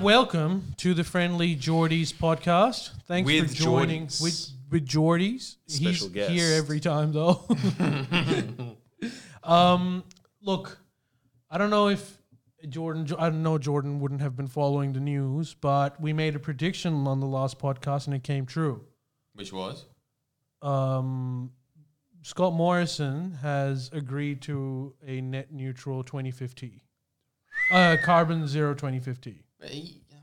welcome to the Friendly Geordies podcast. Thanks With for joining Geordies. with with Geordies. Special He's guest. here every time though. um, look, I don't know if Jordan. I know Jordan wouldn't have been following the news, but we made a prediction on the last podcast and it came true. Which was? Um, Scott Morrison has agreed to a net neutral 2050, uh, carbon zero 2050. But he, oh,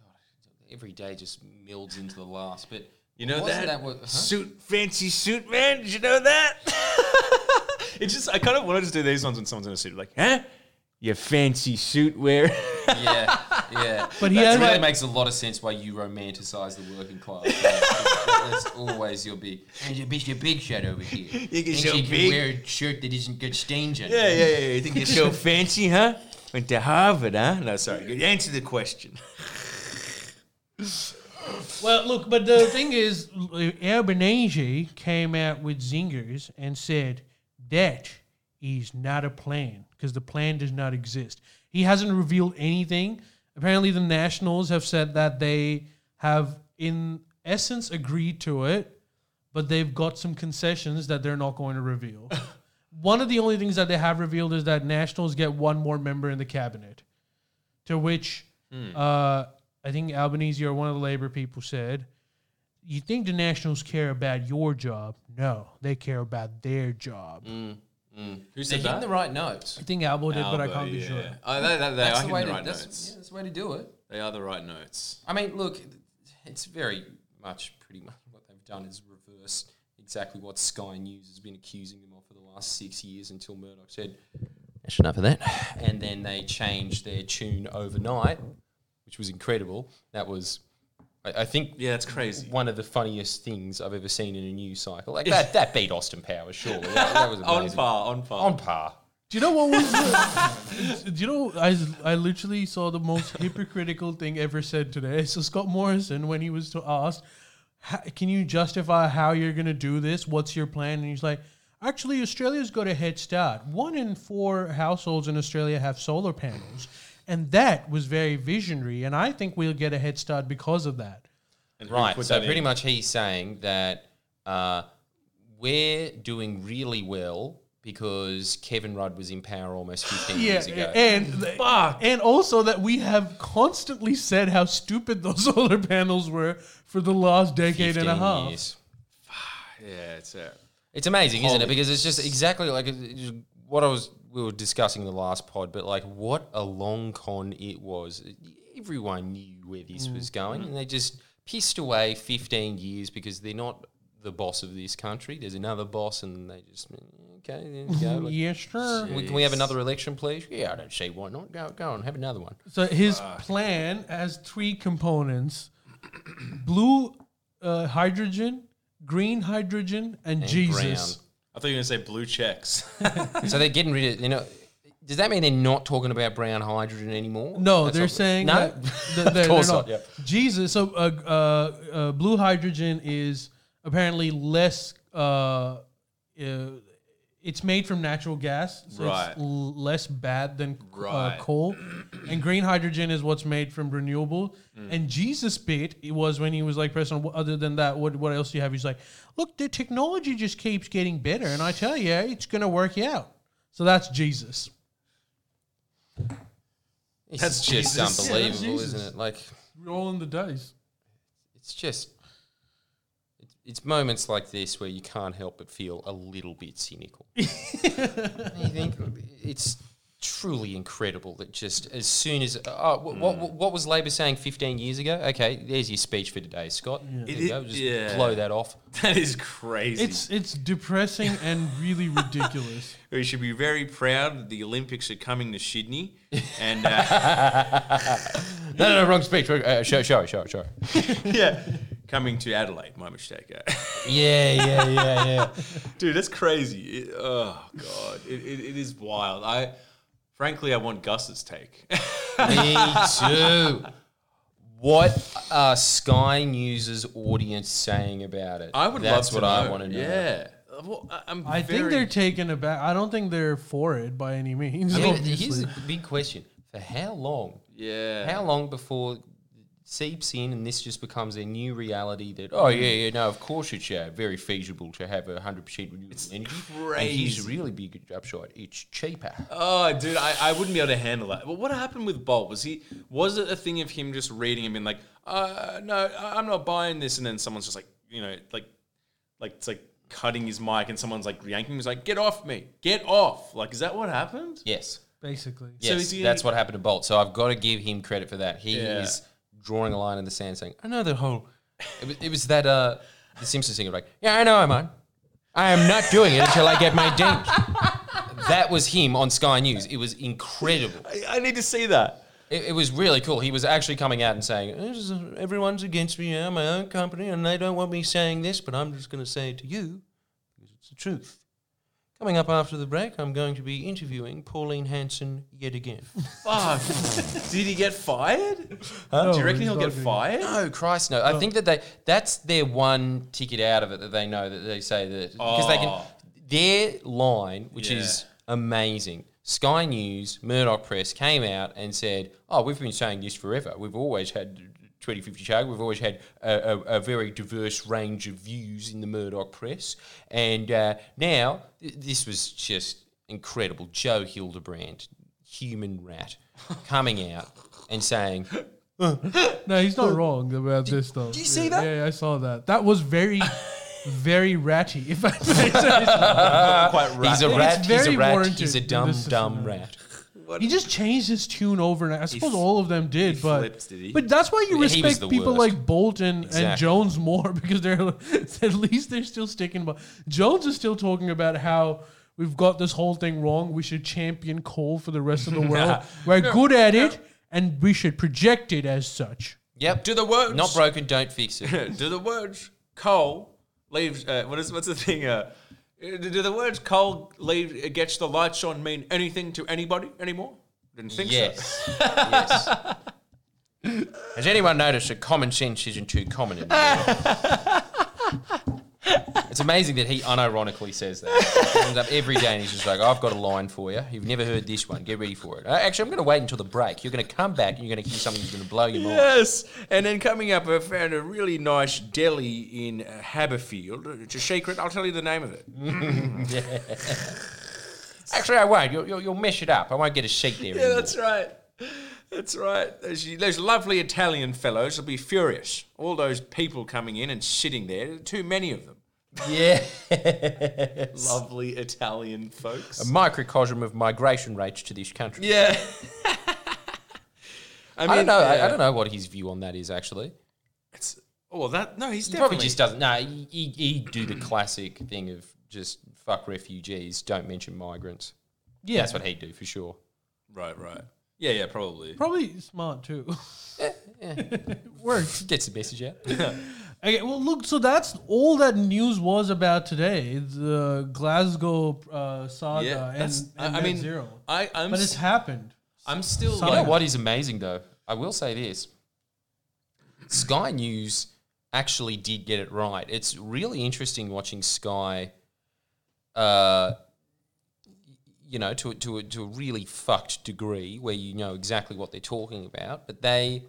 God, every day just melds into the last. But You know wasn't that, that what- huh? suit, fancy suit man. Did you know that? it's just I kind of want to just do these ones when someone's in a suit, like, huh? Your fancy suit wear. yeah, yeah. But he That has really like- makes a lot of sense why you romanticize the working class. That's always your big. And your big, your big shirt over here. You get Thinks so you can big. wear a shirt that isn't got stains on. it. yeah, yeah, yeah. You think you're so fancy, huh? Went to Harvard, huh? No, sorry. You answer the question. Well, look, but the thing is, Albanese came out with zingers and said that is not a plan because the plan does not exist. He hasn't revealed anything. Apparently, the Nationals have said that they have, in essence, agreed to it, but they've got some concessions that they're not going to reveal. one of the only things that they have revealed is that Nationals get one more member in the cabinet, to which uh, I think Albanese or one of the Labour people said, "You think the Nationals care about your job? No, they care about their job." Who They're hitting the right notes. I think Albo did, but I can't be sure. Oh, they, they, they That's are hitting the way. the To, right that's, notes. yeah, that's the way to do it. They are the right notes. I mean, look, it's very much pretty much what they've done is reversed exactly what Sky News has been accusing them of for the last six years until Murdoch said, That's enough of that. And then they changed their tune overnight, which was incredible. That was, I, I think, Yeah, that's crazy. one of the funniest things I've ever seen in a news cycle. Like that, that beat Austin Powers, surely. That, that was On amazing. par, on par. On par. Do you know what was? the- do you know? I I literally saw the most hypocritical thing ever said today. So Scott Morrison, when he was to asked, "Ha- "Can you justify how you're going to do this? What's your plan?" and he's like. Actually, Australia's got a head start. One in four households in Australia have solar panels, and that was very visionary. And I think we'll get a head start because of that. And who Right. put So that pretty in? much he's saying that uh, we're doing really well because Kevin Rudd was in power almost 15 Yeah, years ago. and th- and also that we have constantly said how stupid those solar panels were for the last decade and a 15 half. years. Yeah, it's uh, It's amazing, isn't it? Because it's just exactly like it- it's what I was we were discussing in the last pod, but like what a long con it was. Everyone knew where this was going, and they just pissed away 15 years because they're not the boss of this country. There's another boss, and they just "Mm, okay, there you go. like, Yeah, sure. We, can we have another election, please? Yeah, I don't see why not. Go, go on, have another one. So his plan has three components: blue uh, hydrogen, green hydrogen, and, Jesus. I thought you were going to say blue checks. Brown. so they're getting rid of, you know, does that mean they're not talking about brown hydrogen anymore? No, That's they're not- saying no. that th- they're, course they're not, not. Jesus. So uh, uh, uh, blue hydrogen is apparently less. Uh, uh, it's made from natural gas, so Right. it's l- less bad than c- uh, Right. coal. and green hydrogen is what's made from renewable. And Jesus bit it was when he was like president. "Wh- Other than that, what what else do you have? He's like, look, the technology just keeps getting better, and I tell you, it's gonna work out. So that's Jesus. It's That's just Jesus. Yeah, unbelievable, Jesus. isn't it? Like Rolling the dice. it's just it's, it's moments like this where you can't help but feel a little bit cynical. you think it's truly incredible that just as soon as oh, what, what, what was Labor saying 15 years ago? Okay, there's your speech for today, Scott. There It you is- go. Just yeah. blow that off. that is crazy. It's it's depressing and really ridiculous. We should be very proud that the Olympics are coming to Sydney. And uh, No, no, no, wrong speech. Uh, show, show, show, show. yeah, coming to Adelaide, my mistake. eh? Yeah, yeah, yeah, yeah. Dude, that's crazy. It- oh, God. It, it, it is wild. I Frankly, I want Gus's take. Me too. What are Sky News' audience saying about it? I would That's love what to I know. want to know. Yeah. Well, I- I'm I think very- they're taken aback. I don't think they're for it by any means. I mean, obviously. here's the big question: For how long Yeah. How long before it seeps in and this just becomes their new reality that, oh, yeah, yeah, no, of course it's uh, very feasible to have a 100% renewable energy. And here's a crazy. really big upshot. It's cheaper. Oh, dude, I, I wouldn't be able to handle that. But what happened with Bolt? Was he was it a thing of him just reading and being like, uh, no, I- I'm not buying this, and then someone's just like, you know, like, like it's like cutting his mic, and someone's like yanking him. He's like, get off me, get off. Like, is that what happened? Yes. basically. So Yes, is he- that's what happened to Bolt. So I've got to give him credit for that. He Yeah. is drawing a line in the sand, saying, "I know the whole." It was, it was that uh, the Simpsons thing. Like, yeah, I know I'm on. I am not doing it until I get my ding. that was him on Sky News. It was incredible. I, I need to see that. It, it was really cool. He was actually coming out and saying, this is, "Everyone's against me. I'm my own company, and they don't want me saying this, but I'm just going to say it to you because it's the truth." Coming up after the break, I'm going to be interviewing Pauline Hanson yet again. Fuck. Did he get fired? Huh? Do you reckon he'll No, get he's not doing fired? No, Christ, no. I think that they that's their one ticket out of it that they know that they say that because they can Oh. their line, which is amazing. Sky News, Murdoch Press came out and said, "Oh, we've been saying this forever. We've always had 2050 Chag. We've always had a, a, a very diverse range of views in the Murdoch Press, and uh, now th- this was just incredible. Joe Hildebrand, human rat, coming out and saying." No, he's not wrong about this though. do you see yeah, that? Yeah, I saw that. That was very, very ratty. If I may say so. Quite right. Uh, He's a It's rat. He's very a rat. warranted He's a in dumb, this dumb scenario. rat. he just changed his tune overnight. I suppose all of them did, but flips, did he? but that's why you He was respect the people worst. like Bolton and Exactly. Jones more because they're at least they're still sticking. But Jones is still talking about how. We've got this whole thing wrong. We should champion coal for the rest of the world. We're good at it, and we should project it as such. Yep. Do the words. Not broken, don't fix it. do the words coal leaves? Uh, what is what's the thing? Uh, do do the words coal leave uh, gets the lights on mean anything to anybody anymore? Didn't think so. yes. yes. Has anyone noticed that common sense isn't too common anymore? it's amazing that he unironically says that. He comes up every day and he's just like, I've got a line for you. You've never heard this one. Get ready for it. Uh, Actually, I'm going to wait until the break. You're going to come back and you're going to hear something that's going to blow your mind. Yes, and then coming up, I found a really nice deli in uh, Haberfield. It's a secret. I'll tell you the name of it. Actually, I won't. You'll, you'll, you'll mess it up. I won't get a sheet there Yeah, that's right. That's right. Those, those lovely Italian fellows will be furious. All those people coming in and sitting there, too many of them. Yeah. Lovely Italian folks. a microcosm of migration rates to this country. Yeah. I, mean, I don't know. I, yeah. I don't know what his view on that is. Actually, It's, oh, well, that no, he's he definitely probably just doesn't. No, he, he- he'd do the classic thing of just fuck refugees, don't mention migrants. Yeah, That's what he'd do for sure. right, right. Yeah, yeah, probably. probably smart too. Works. Gets the message out. Okay, well, look, so that's all that news was about today the Glasgow uh, saga Yeah, and, that's- and I, I Net mean, zero. I, I'm, But it's s- happened. I'm still Some- You know like, what is amazing though? I will say this. Sky News actually did get it right. It's really interesting watching Sky uh you know, to a, to a, to a really fucked degree where you know exactly what they're talking about, but they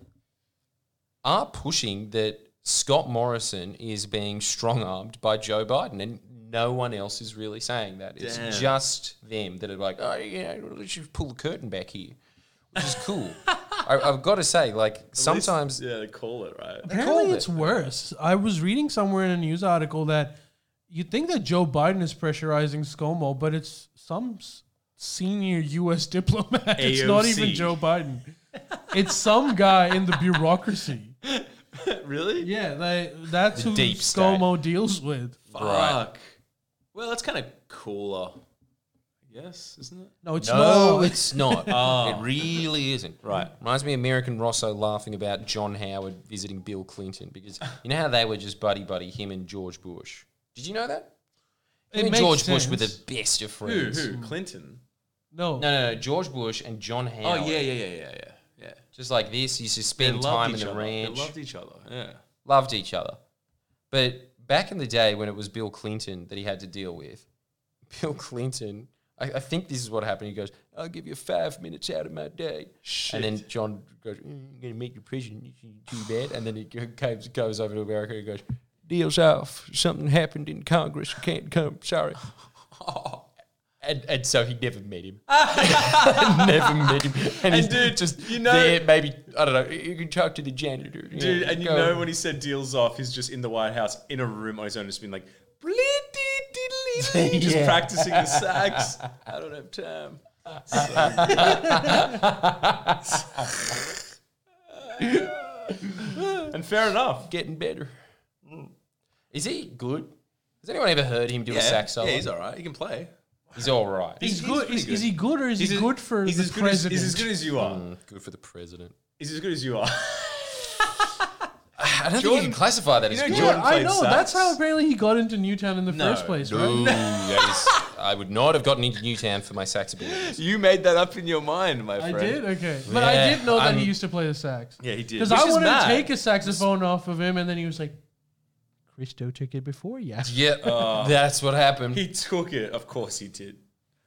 are pushing that Scott Morrison is being strong armed by Joe Biden, and no one else is really saying that. It's Damn. just them that are like, oh, yeah, let's just pull the curtain back here, which is cool. I, I've got to say, like, sometimes yeah, they call it right. Apparently, called it's worse. I was reading somewhere in a news article that you think that Joe Biden is pressurizing ScoMo, but it's some s- senior U.S. diplomat. It's not even AOC. Joe Biden, it's some guy in the bureaucracy. really? Yeah, they, that's The who deep state. ScoMo deals with. Fuck. Right. Well, that's kind of cooler. Yes, isn't it? No, it's No, not. it's not. It really isn't. Oh. Right. Reminds me of American Rosso laughing about John Howard visiting Bill Clinton because you know how they were just buddy buddy, him and George Bush. Did you know that? It Him and makes George Bush were sense. the best of friends. Clinton? no, No, no, no. George Bush and John Oh Howard. yeah, yeah, yeah, yeah, yeah, yeah. Just like this, used to They spend loved time in each the other. ranch. They loved each other. Yeah. loved each other. But back in the day when it was Bill Clinton that he had to deal with, Bill Clinton, I, I think this is what happened. He goes, I'll give you five minutes out of my day. And then John goes, "Mm, I'm going to make you prison. This isn't too bad. And then he go- goes, goes over to America and goes, Deal's off. Something happened in Congress. You can't come. Sorry. And, and so he never met him. never met him. And, he's dude, just you know- there, maybe I don't know. You can talk to the janitor, you Dude, know, and you go- know when he said deals off, he's just in the White House in a room on his own, just being like, "Bleedy-diddly-dee," just Yeah. practicing the sax. I don't have time. So good. and fair enough. getting better. Is he good? Has anyone ever heard him do a sax solo? Mm. yeah, he's all right. He can play. He's all right. He's, he's good. pretty Is, is good. he good or is he as- good for he's the as good as- president? he's as good as you are. Mm, good for the president. He's as good as you are. I don't think Jordan- you can classify that you as know good. yeah, Jordan I played know. That's sax. how apparently he got into Newtown in the No, first place, Ooh, right? that is, I would not have gotten into Newtown for my sax abilities. you made that up in your mind, my I friend. did. Okay, but I Yeah, did know that he I'm- used to play the sax. Yeah, he did. Because Which I is wanted mad. to take a saxophone off of him, and then he was like, "Christo took it before, yeah." Yeah, that's what happened. He took it. Of course he did.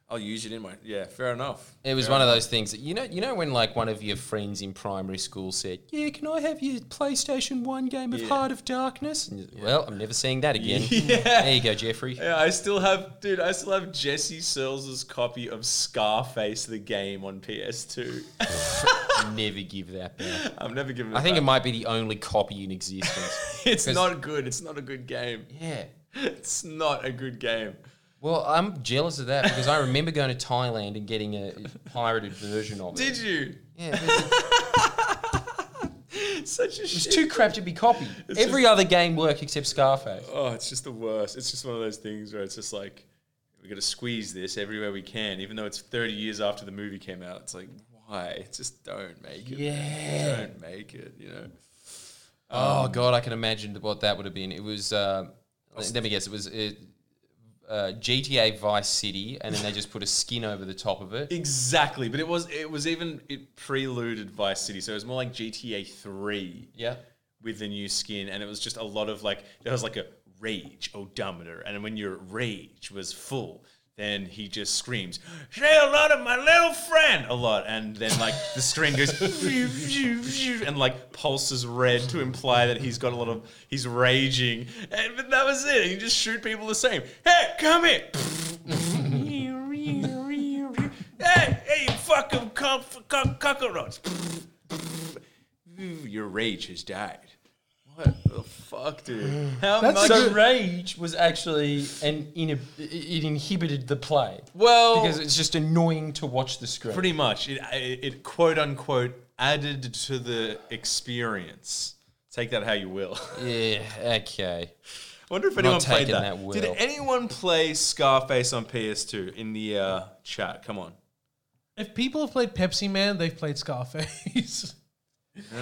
I'll use it in my. Yeah, fair enough. It was one of those things that you know, you know, when like one of your friends in primary school said, "Yeah, can I have your PlayStation One game of Yeah. Heart of Darkness?" And you- Well, I'm never seeing that again. Yeah. There you go, Jeffrey. Yeah, I still have, dude. I still have Jesse Searles' copy of Scarface the game on PS2. never give that back. I've never given. It I think it back. might be the only copy in existence. it's not good. It's not a good game. yeah. It's not a good game. Well, I'm jealous of that because I remember going to Thailand and getting a pirated version of it. Did you? Yeah, but It's such a it's shit. too crap to be copied. Every other game worked except Scarface. oh, it's just the worst. It's just one of those things where it's just like we got to squeeze this everywhere we can, even though it's 30 years after the movie came out. It's like why? Just don't make it. Yeah. Don't make it. You know. Oh God, I can imagine what that would have been. It was. Uh, let me guess. It was uh, uh, GTA Vice City, and then they just put a skin over the top of it. Exactly, but it was it was even it preluded Vice City, so it was more like GTA Three Yeah. with the new skin, and it was just a lot of like there was like a rage odometer, and when your rage was full, then he just screams, "Shall not of my little friend!" a lot, and then like the screen goes and like pulses red to imply that he's got a lot of he's raging, and but that was it. You just shoot people the same. Hey, come here! hey, hey, you fucking cock, cock, cockroach! Your rage has died. What the fuck, dude? How That's much a So good- rage was actually an inhib- it inhibited the play Well, because it's just annoying to watch the screen. pretty much it, it, it quote unquote added to the experience. Take that how you will. I yeah. Okay. wonder if anyone played taking that. that Did well. anyone play Scarface on PS2 in the uh, chat? Come on. If people have played Pepsi Man, they've played Scarface.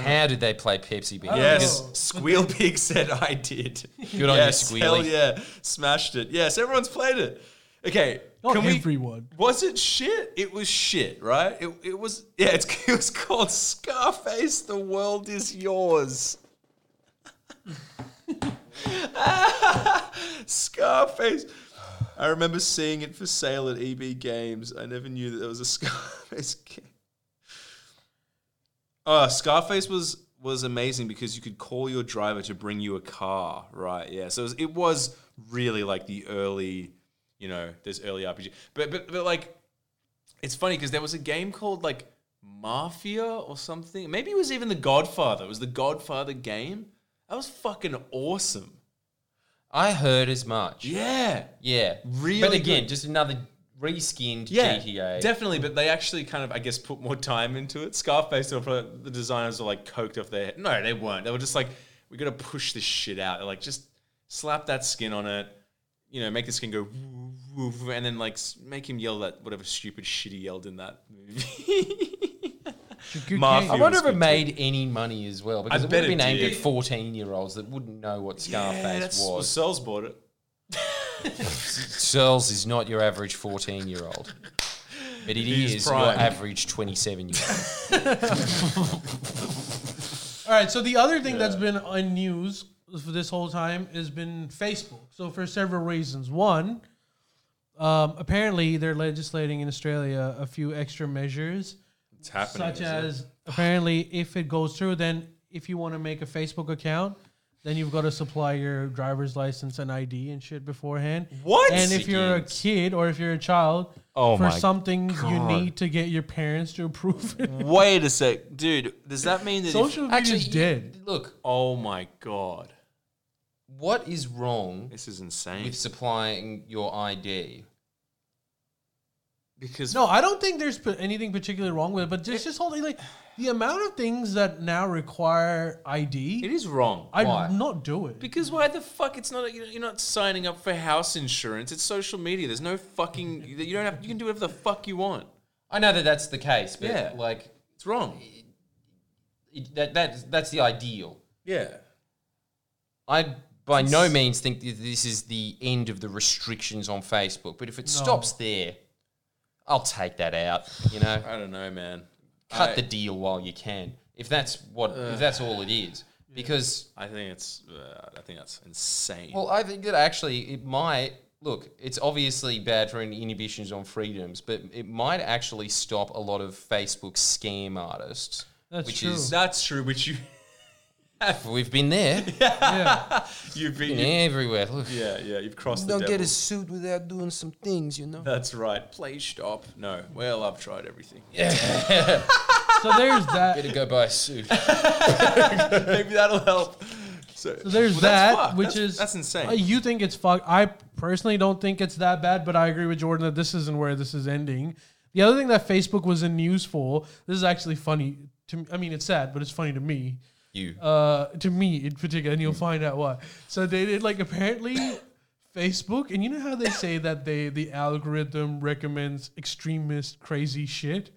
How did they play Pepsi? Because Yes, Squeal Pig said I did. Good on you, yes, Squealy. Hell yeah, smashed it. Yes, everyone's played it. Okay, Not can we? everyone. Was it shit? It was shit, right? It, it was yeah. It's, it was called Scarface. The world is yours. Scarface. I remember seeing it for sale at EB Games. I never knew that there was a Scarface game. Uh, Scarface was was amazing because you could call your driver to bring you a car, right? Yeah, so it was, it was really like the early, you know, this early RPG. But but but like, it's funny because there was a game called like Mafia or something. Maybe it was even The Godfather. It was the Godfather game. That was fucking awesome. I heard as much. Yeah. Yeah. Really But again, good. just another reskinned Yeah, GTA. definitely. But they actually kind of, I guess, put more time into it. Scarface, or the designers were like coked off their head. No, they weren't. They were just like, we got to push this shit out. They're like, just slap that skin on it. You know, make the skin go, woo, woo, woo, and then like s- make him yell that whatever stupid shit he yelled in that movie. Mafia. I It wonder was if it good made any money as well because I it would bet have been it aimed did. at 14 year olds that wouldn't know what Scarface yeah, that's, well, was. Searles bought it. Searles is not your average 14 year old, but it He's is prime. your average 27 year old. All right. So the other thing that's been on news for this whole time has been Facebook. So for several reasons. One, Um, apparently, they're legislating in Australia a few extra measures, It's happening. is such it? as apparently, if it goes through, then if you want to make a Facebook account, then you've got to supply your driver's license and ID and shit beforehand. What? And if you're a kid or if you're a child, Oh for my some things you God. need to get your parents to approve it. Wait a sec, dude. Does that mean that? Social If, media's you- dead. Look, oh my god, what is wrong this is insane. with supplying your ID? because No, I don't think there's p- anything particularly wrong with it, but just just holding like the amount of things that now require it ID, is wrong. I'd why? not do it. Because why the fuck? It's not you're not signing up for house insurance. It's social media. There's no fucking. You don't have. You can do whatever the fuck you want. I know that that's the case, but Yeah. like It's wrong. it, that that's that's the ideal. Yeah. I by no means think that this is the end of the restrictions on Facebook, but if it stops there, I'll take that out. You know, I don't know, man. cut I, the deal while you can. If that's what, if that's all it is, because I think it's. Uh, I think that's insane. Well, I think that actually it might look. It's obviously bad for any inhibitions on freedoms, but it might actually stop a lot of Facebook scam artists. That's which true. is that's true. But you, we've been there, yeah. you've been. been you- everywhere. Look, Yeah, yeah. You've crossed the. don't devil. get a suit without doing some things, you know. That's right. Please stop. No. Well, I've tried everything. So there's that. Better go buy a suit. Maybe that'll help. So, So there's Well, that, that's fucked. which That's- is that's insane. uh, you think it's fuck? I personally don't think it's that bad, but I agree with Jordan that this isn't where this is ending. The other thing that Facebook was in news for, this is actually funny to me. I mean, it's sad, but it's funny to me. You. uh, to me in particular, and you'll find out why. So they did like apparently Facebook, and you know how they say that they the algorithm recommends extremist crazy shit.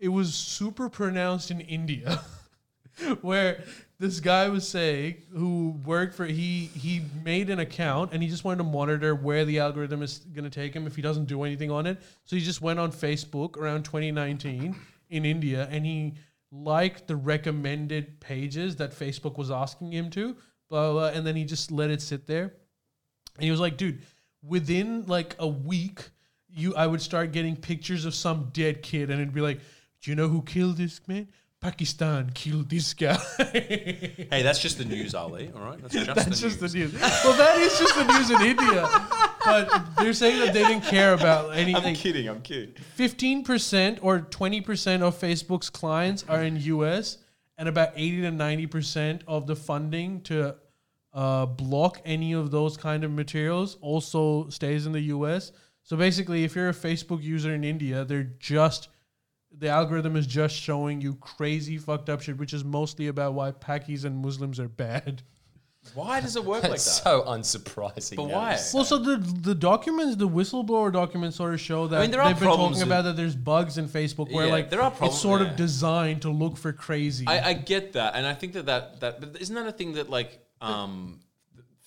It was super pronounced in India, where this guy was saying who worked for he he made an account and he just wanted to monitor where the algorithm is going to take him if he doesn't do anything on it. So he just went on Facebook around 2019 in India and he liked the recommended pages that Facebook was asking him to, blah, blah, blah, and then he just let it sit there. And he was like, dude, within like a week, you I would start getting pictures of some dead kid, and it'd be like, do you know who killed this man? Pakistan killed this guy. hey, that's just the news, Ali. All right. That's just That's the just news. the news. Well, that is just the news in India. But they're saying that they didn't care about I'm anything. kidding. I'm kidding. Fifteen percent or twenty percent of Facebook's clients are in U.S. and about eighty to ninety percent of the funding to uh, block any of those kind of materials also stays in the U.S. So basically, if you're a Facebook user in India, they're just the algorithm is just showing you crazy fucked up shit, which is mostly about why Pakis and Muslims are bad. Why does it work like that? That's so unsurprising. But that why? is- Well, so the the documents, the whistleblower documents, sort of show that mean, there are they've been talking problems with- about that there's bugs in Facebook where Yeah, like there are it's problems- sort yeah. of designed to look for crazy. I, I get that, and I think that that that but isn't that a thing that like um,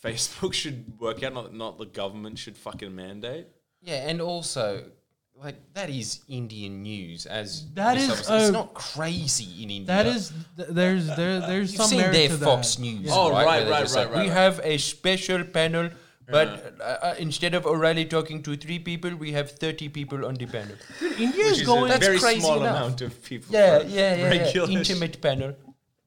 Facebook should work out, not not the government should fucking mandate. Yeah, and also. Like that is Indian news as That yourself is, said. it's uh, not crazy in India. that is th- there's there there's You've some seen merit their to that. Fox News. Oh, right, where they're right, just right, right, We right. have a special panel, but uh, uh, instead of O'Reilly talking to three people, we have 30 people on the panel. India is Which is going. a That's very crazy small enough. amount of people. yeah, for yeah, yeah. yeah. regular sh- Intimate panel.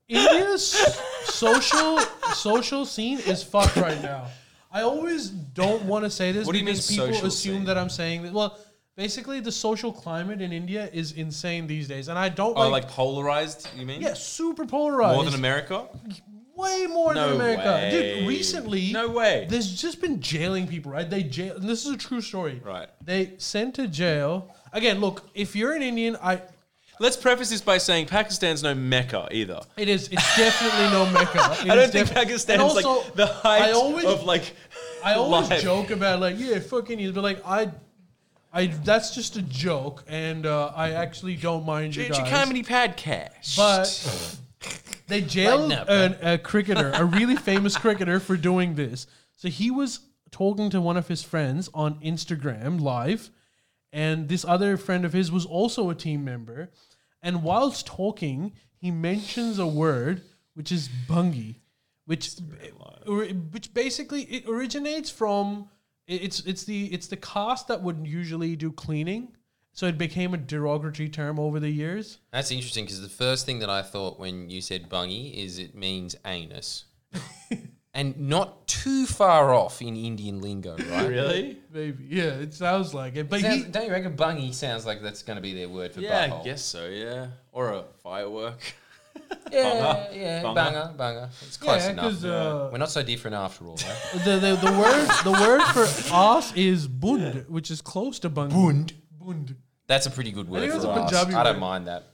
India's social social scene is fucked right now. I always don't want to say this What do you mean because people social assume scene? that I'm saying that. Well, basically, the social climate in India is insane these days, and I don't Oh, like. like polarized? You mean? Yeah, super polarized. More than America? way more No than America. way. Dude, recently, No way. There's just been jailing people, right? They jail, and this is a true story. Right. They sent to jail. Again, look, if you're an Indian, I Let's preface this by saying Pakistan's no mecca either. it is it's definitely no mecca. It I is don't think defi- Pakistan's and also, like the height I always, of like. I always life. joke about like yeah, fuck Indians, but like I. I, that's just a joke, and uh, I actually don't mind you guys. podcast. But they jailed Right now, an, a cricketer, a really famous cricketer, for doing this. So he was talking to one of his friends on Instagram live, and this other friend of his was also a team member. And whilst talking, he mentions a word which is bungie, which which basically it originates from it- it's it's the it's the cast that would usually do cleaning, so it became a derogatory term over the years. That's interesting because the first thing that I thought when you said bungy is it means anus. and not too far off in Indian lingo, right? Really? Maybe yeah, it sounds like it. But Sounds- he, don't you reckon bungy sounds like that's going to be their word for Yeah, butthole? I guess so. Yeah, or a firework. Yeah, yeah, Bunger. banger, banger. It's close Yeah, enough. 'cause, uh, We're not so different after all, right? the, the the word the word for ass is bund, which is close to bung. Bund. Bund. That's a pretty good word think for that's a us. Punjabi I don't word. mind that.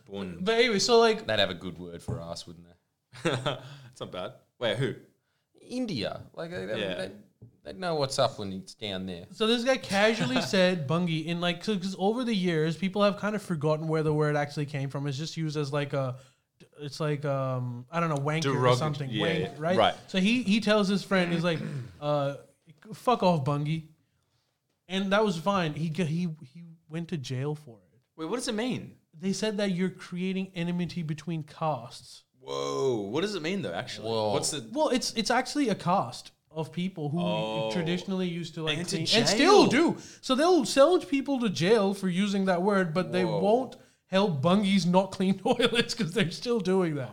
But anyway, so like They'd have a good word for us, wouldn't they? it's not bad. Wait, who? India, like they, they, Yeah. they, they know what's up when it's down there. So this guy casually said bungie in like because over the years people have kind of forgotten where the word actually came from. It's just used as like a, it's like um I don't know wanker or Derog- something. yeah, Wank, yeah, right? right. So he he tells his friend he's like, uh, fuck off bungie, and that was fine. He g- he he went to jail for it. Wait, what does it mean? They said that you're creating enmity between castes. Whoa, what does it mean though? Actually, Whoa. what's the? Well, it's it's actually a cast of people who Oh. traditionally used to like And to clean, and still jail. do. So they'll send people to jail for using that word, but they Whoa. won't help bungies not clean toilets because they're still doing that.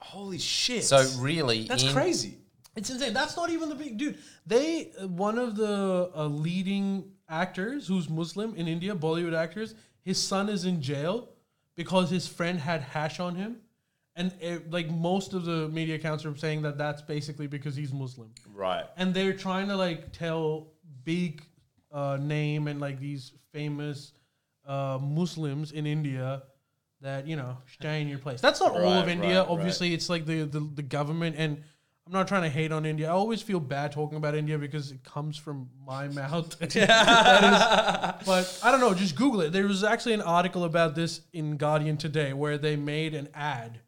Holy shit! So really, that's in- crazy. It's insane. That's not even the big dude. They uh, one of the uh, leading actors who's Muslim in India, Bollywood actors. His son is in jail because his friend had hash on him, and it, like most of the media accounts are saying that that's basically because he's Muslim. Right. and they're trying to like tell big uh, name and like these famous uh, Muslims in India that you know stay in your place. That's not all of Right, India. right, Obviously, it's like the, the the government and. I'm not trying to hate on India. I always feel bad talking about India because it comes from my mouth. That is- but I don't know. Just Google it. There was actually an article about this in Guardian today where they made an ad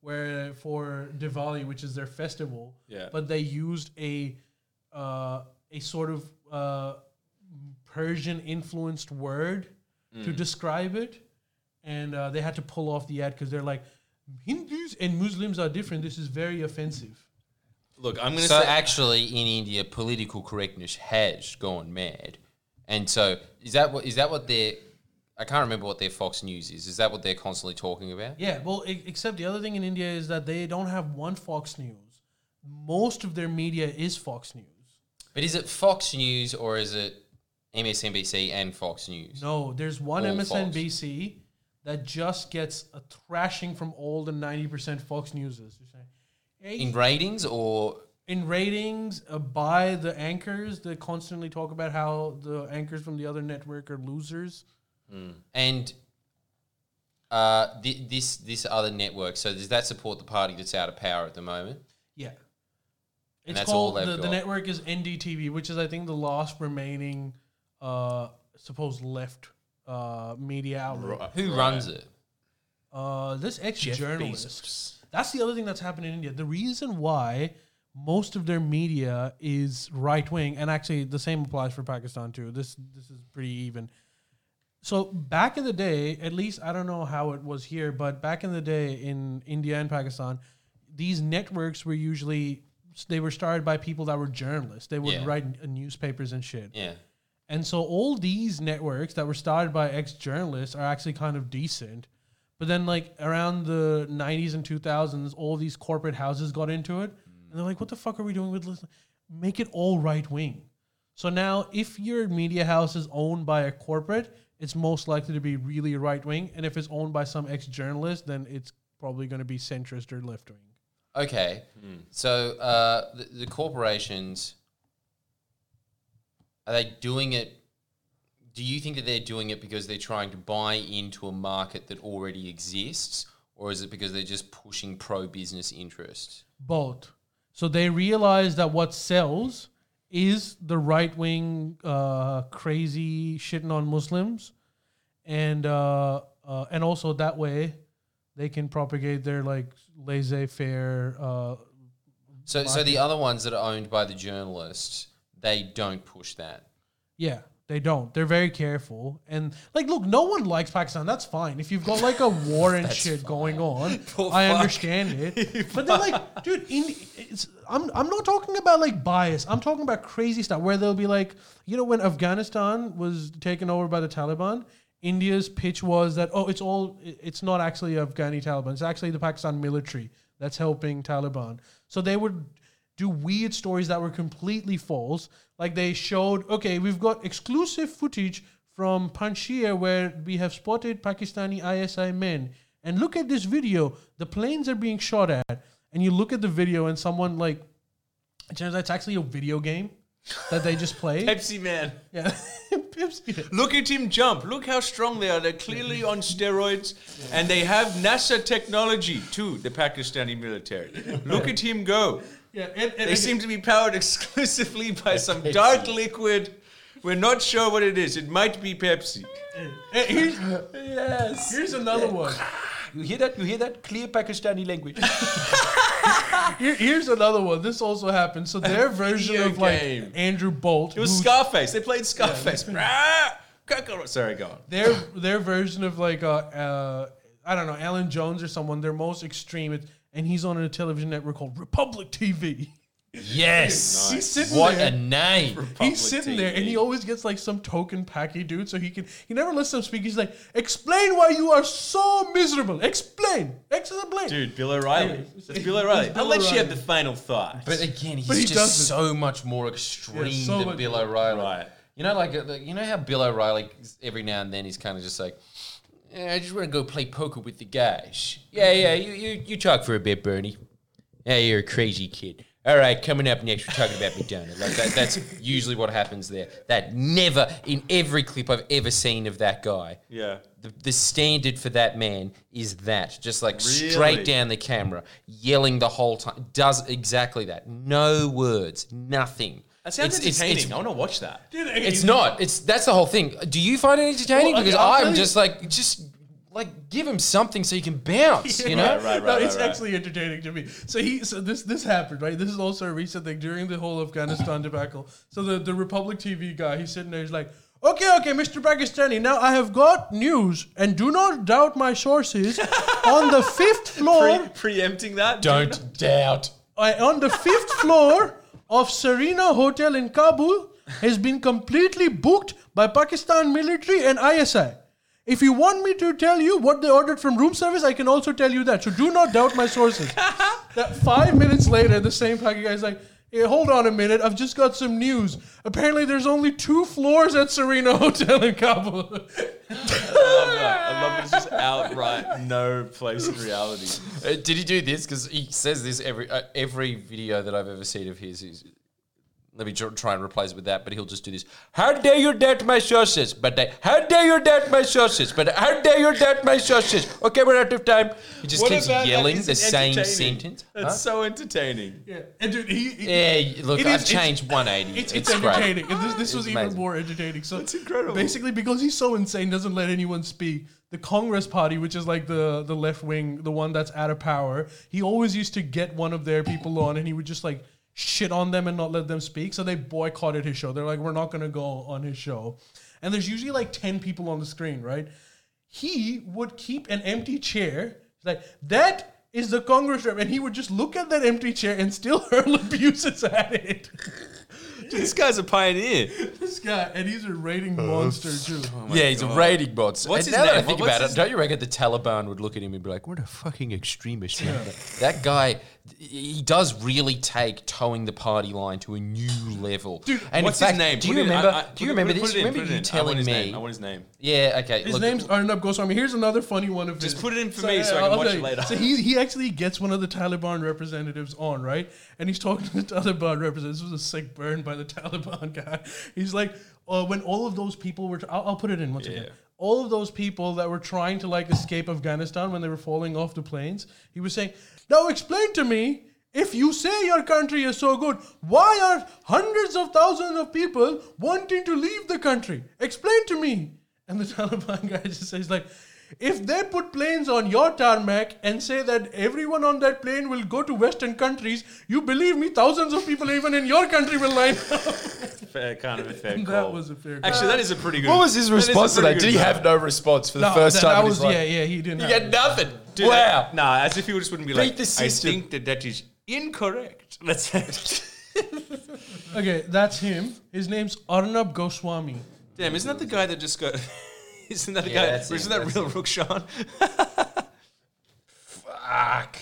where for Diwali, which is their festival, Yeah. but they used a uh, a sort of uh, Persian influenced word to describe it, and uh, they had to pull off the ad because they're like Hindus and Muslims are different. This is very offensive. Look, I'm gonna So say. actually, in India, political correctness has gone mad, and so is that what is that what their I can't remember what their Fox News is. Is that what they're constantly talking about? Yeah, well, e- except the other thing in India is that they don't have one Fox News. Most of their media is Fox News. But is it Fox News or is it MSNBC and Fox News? No, there's one All MSNBC that just gets a thrashing from all the 90% Fox Newses. You're saying, "Hey, In ratings or in ratings uh, by the anchors that constantly talk about how the anchors from the other network are losers. and uh, thi- this this other network? So does that support the party that's out of power at the moment? Yeah. And It's that's all called they've the, the got. network is NDTV, which is I think the last remaining uh supposed left uh media outlet. Right, Who right. runs it? Uh this ex Jeff journalist Bezos. That's the other thing that's happened in India. The reason why most of their media is right wing, and actually the same applies for Pakistan too. This this is pretty even. So back in the day, at least I don't know how it was here, but back in the day in India and Pakistan, these networks were usually they were started by people that were journalists. They would Yeah. write uh, newspapers and shit. Yeah. And so all these networks that were started by ex journalists are actually kind of decent. But then, like around the 90s and 2000s, all these corporate houses got into it. And they're like, what the fuck are we doing with this? Make it all right wing. So now, if your media house is owned by a corporate, it's most likely to be really right wing. And if it's owned by some ex journalist, then it's probably going to be centrist or left wing. Okay. So uh, the, the corporations are they doing it? Do you think that they're doing it because they're trying to buy into a market that already exists, or is it because they're just pushing pro business interests? both. So they realize that what sells is the right wing uh, crazy shitting on Muslims, and uh, uh, and also that way they can propagate their like laissez faire. Uh, So, so the other ones that are owned by the journalists, they don't push that. yeah, They don't. They're very careful. And like, look, no one likes Pakistan. That's fine. If you've got like a war and shit going on, Poor I fuck. understand it. but they're like, dude, in, it's, I'm I'm not talking about like bias. I'm talking about crazy stuff where they'll be like, you know, when Afghanistan was taken over by the Taliban. India's pitch was that oh it's all it's not actually Afghani Taliban it's actually the Pakistan military that's helping Taliban so they would do weird stories that were completely false. Like they showed, okay, we've got exclusive footage from Panjshir where we have spotted Pakistani ISI men. And look at this video. The planes are being shot at. And you look at the video and someone like, it turns out it's actually a video game that they just played. Pepsi Man. yeah. Pepsi. Look at him jump. Look how strong they are. They're clearly on steroids and they have NASA technology too, the Pakistani military. Look at him go. Yeah, and, and They seem to be powered exclusively by some dark liquid. We're not sure what it is. It might be Pepsi. and here's, Yes. here's another one. You hear that? You hear that? Clear Pakistani language. Here- here's another one. This also happened. So their version video of like game. Andrew Bolt, It was Scarface. They played Scarface. Ah, cockroach. Sorry, go on. their their version of like uh, uh I don't know Alan Jones or someone. Their most extreme, it's- and he's on a television network called Republic TV. Yes. He's sitting What there. a name. He's sitting there, and he always gets like some token packy dude, so he can. He never lets them speak. He's like, "Explain why you are so miserable. Explain, explain." Dude, Bill O'Reilly. It's Bill O'Reilly. I'll let you have the final thought. But again, he's he just doesn't. so much more extreme Yeah, so than much Bill more. O'Reilly. Right. You know, like uh, you know how Bill O'Reilly is- every now and then he's kind of just like, "Yeah, I just want to go play poker with the guys. Yeah, yeah. You you you talk for a bit, Bernie. Yeah, you're a crazy kid. All right, coming up next, we're talking about McDonald. Like that, that's usually what happens there. That never in every clip I've ever seen of that guy. yeah. The, the standard for that man is that, just like Really? straight down the camera, yelling the whole time. Does exactly that. No words, nothing. That sounds It's- it's- entertaining. It's, I want to watch that. Dude, it's not. It's that's the whole thing. Do you find it entertaining? Well, okay, because I'll tell I'm you- just like, just like give him something so he can bounce. You know. Right, right, no, right, it's right, right. actually entertaining to me. So he, so this this happened, right? This is also a recent thing during the whole Afghanistan debacle. So the the Republic TV guy, he's sitting there, he's like, "Okay, okay, Mr. Pakistani, now I have got news, and do not doubt my sources. on the fifth floor, Pre- preempting that? Don't doubt. I- on the fifth floor of Serena Hotel in Kabul has been completely booked by Pakistan military and ISI. If you want me to tell you what they ordered from room service, I can also tell you that. So do not doubt my sources. that five minutes later, the same fucking guy's like, "Hey, hold on a minute, I've just got some news. Apparently, there's only two floors at Serena Hotel in Kabul. I love it's just outright no place in reality. Uh, did he do this? Because he says this every uh, every video that I've ever seen of his. Is, let me tr- try and replace it with that, but he'll just do this. How dare you doubt my sources? But I, how dare you doubt my sources? But how dare you doubt my sources? Okay, we're out of time. He just keeps about that yelling is the same entertaining? sentence. That's Huh? so entertaining. yeah, and dude, he, he- Yeah, y- look, It I've is- it's- changed 180. It's, it's, entertaining. And this, this It's was even amazing. more entertaining. So it's incredible. Basically, because he's so insane, doesn't let anyone speak. The Congress Party, which is like the the left wing, the one that's out of power, he always used to get one of their people on, and he would just like shit on them and not let them speak. So they boycotted his show. They're like, we're not gonna go on his show. And there's usually like ten people on the screen, right? he would keep an empty chair. He's like, that is the Congress rep. And he would just look at that empty chair and still hurl abuses at it. This guy's a pioneer. this guy, and he's a rating monster too. Oh yeah, he's a raiding bot. What's and his now that I name? think What- what's about it, his- don't you reckon the Taliban would look at him and be like, "What a fucking extremist!" man." that guy, he does really take towing the party line to a new level. Dude, and What's in his fact, name? Do you Put it in. remember? I- I- do you put it- remember put this? it in, remember put it you in. I telling want his me? name, I want his name. Yeah. Okay. His look, name's Arnab Goswami. Here's another funny one of Just his. put it in for me so I can I'll watch tell it you. later. So he, he actually gets one of the Taliban representatives on, right? And he's talking to the Taliban representatives. This was a sick burn by the Taliban guy. He's like, uh, when all of those people were, I'll, I'll put it in once again. All of those people that were trying to like escape Afghanistan when they were falling off the planes, he was saying, now explain to me. If you say your country is so good, why are hundreds of thousands of people wanting to leave the country? Explain to me. And the Taliban guy just says like, If they put planes on your tarmac and say that everyone on that plane will go to Western countries, you believe me, thousands of people even in your country will line up. Fair, kind of a fair That call. was a fair call. Actually, that is a pretty good. What was his that is a response to pretty that? Did good he grab. have no response for the No, first that, time? I in his was, life? yeah, yeah, he didn't. You have get it. nothing. Dude, wow. that- Nah, as if he just wouldn't be like. the I system." think that that is incorrect. That's it. Okay, that's him. His name's Arnab Goswami. Damn, isn't that the guy that just got? Isn't that the guy? Yeah, that's it, isn't that that's real Rukshan? Fuck.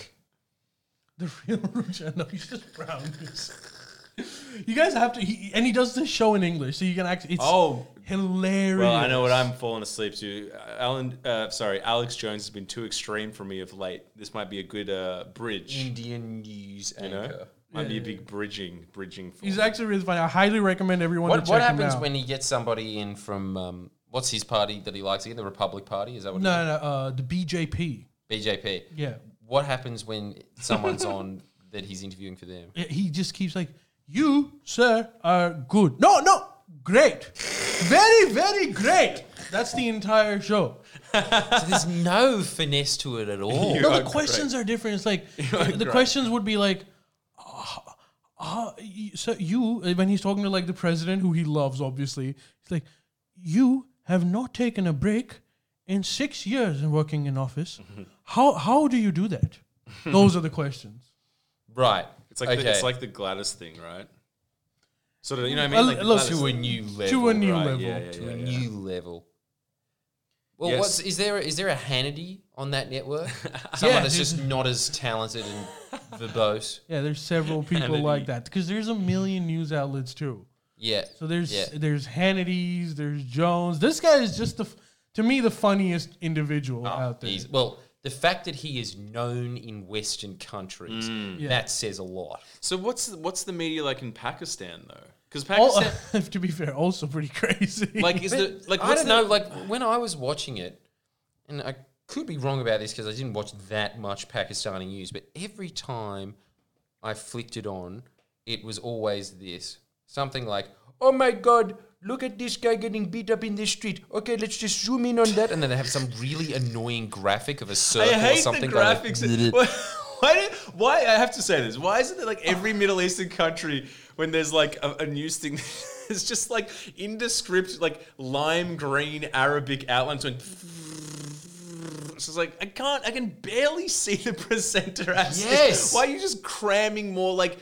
The real Rujan. No, he's just brown. you guys have to. He, and he does this show in English, so you can actually. It's Oh, hilarious. well, I know what I'm falling asleep to. Alan, uh, sorry, Alex Jones has been too extreme for me of late. This might be a good uh, bridge. Indian news You know, anchor. might be a big bridging, bridging. For He's actually really funny. I highly recommend everyone to What, check what him happens out. when he gets somebody in from um, what's his party that he likes again? The Republic Party is that what? it No, no, uh, the BJP. is? BJP. Yeah. What happens when someone's on that he's interviewing for them? He just keeps like, you, sir, are good. No, no, great. Very, very great. That's the entire show. So there's no finesse to it at all. No, are the questions are different. It's like the great. questions would be like, "Ah, ah, y- so you when he's talking to like the president who he loves, obviously, he's like, you have not taken a break in six years in working in office. Mm-hmm. How how do you do that? Those are the questions. Right. It's like the, it's like the Gladys thing, right? Sort of, you know what I Well, mean? Like the look, Gladys- to a new level. to a new right, level. yeah, yeah, to a yeah, yeah. new level. Well, Yes. what's is there? Is there a Hannity on that network? Someone that's just not as talented and verbose. Yeah, there's several people like that because there's a million news outlets too. Yeah. So there's Yeah. there's Hannity's, there's Jones. This guy is just the f- to me the funniest individual out there. He's- well, the fact that he is known in Western countries Mm. Yeah. that says a lot. So what's what's the media like in Pakistan though? Because Al- Pakistan, to be fair, also pretty crazy. like, is the like I what's don't the- know. Like when I was watching it, and I could be wrong about this because I didn't watch that much Pakistani news, but every time I flicked it on, it was always this something like, "Oh my god." Look at this guy getting beat up in the street. Okay, let's just zoom in on that, and then they have some really annoying graphic of a I circle or hate the something. graphics. going why, like, why, do- why? I have to say this. Why is it that like every Middle Eastern country, when there's like a, a news thing, it's just like indescript, like lime green Arabic outlines. When it's just like I can't, I can barely see the presenter. As this. Yes. Why are you just cramming more like?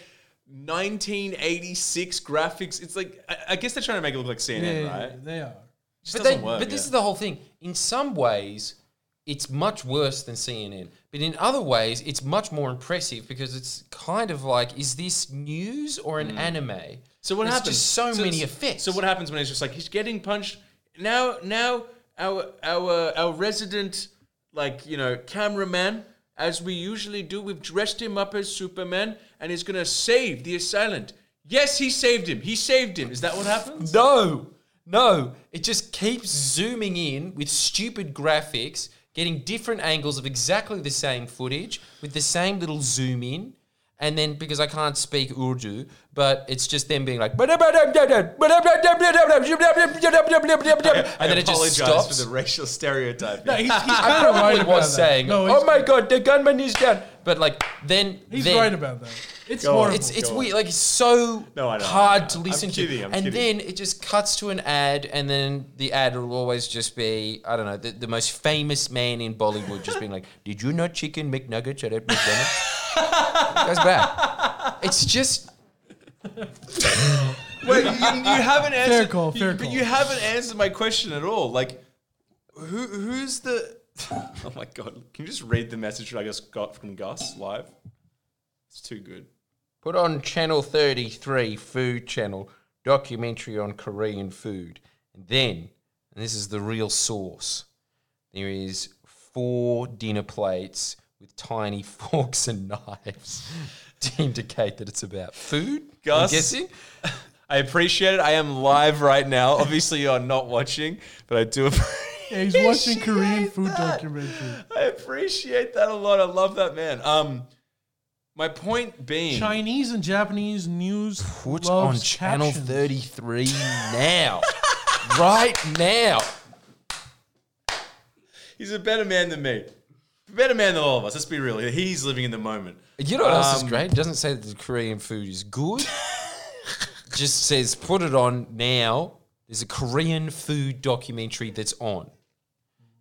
1986 graphics. It's like I, I guess they're trying to make it look like CNN, Yeah, right? It they are. just but, they, doesn't work, but this yeah. is the whole thing. In some ways, it's much worse than CNN. But in other ways, it's much more impressive because it's kind of like, is this news or an anime? Hmm. So what There's happens? Just so, so many so- effects. So what happens when it's just like he's getting punched? Now, now our our our resident like you know cameraman, as we usually do, we've dressed him up as Superman, and he's gonna save the assailant. Yes, he saved him. He saved him. Is that what happens? No, no. It just keeps zooming in with stupid graphics, getting different angles of exactly the same footage with the same little zoom in. And then because I can't speak Urdu, but it's just them being like, and then it just stops. for the racial stereotype. No, he's, he's I kind of right probably about was that. saying, No, he's, "Oh my god, the gunman is down," but like then he's then, right about that. It's Go on. horrible. it's it's Go on. weird. Like it's so No, I know, hard I know. to I'm listen kidding, to. I'm and kidding. then it just cuts to an ad, and then the ad will always just be I don't know the, the most famous man in Bollywood just being like, "Did you know chicken McNuggets at McDonald's?" It goes back. It's just Wait, you, you haven't answered. call, fair you, But call. you haven't answered my question at all. Like, who who's the? oh my god! Can you just read the message that I just got from Gus live? It's too good. put on Channel Thirty Three Food Channel documentary on Korean food, and then and this is the real source. There is four dinner plates with tiny forks and knives to indicate that it's about food. I'm Gus. guessing. I appreciate it. I am live right now. Obviously, you're not watching, but I do. Appreciate, Yeah, he's watching Korean food that. documentary. I appreciate that a lot. I love that man. Um, my point being, Chinese and Japanese news Put on loves Channel captions. 33 now. right now. He's a better man than me. Better man than all of us. Let's be real. He's living in the moment. You know what else is Um, great? It doesn't say that the Korean food is good. Just says put it on now. There's a Korean food documentary that's on.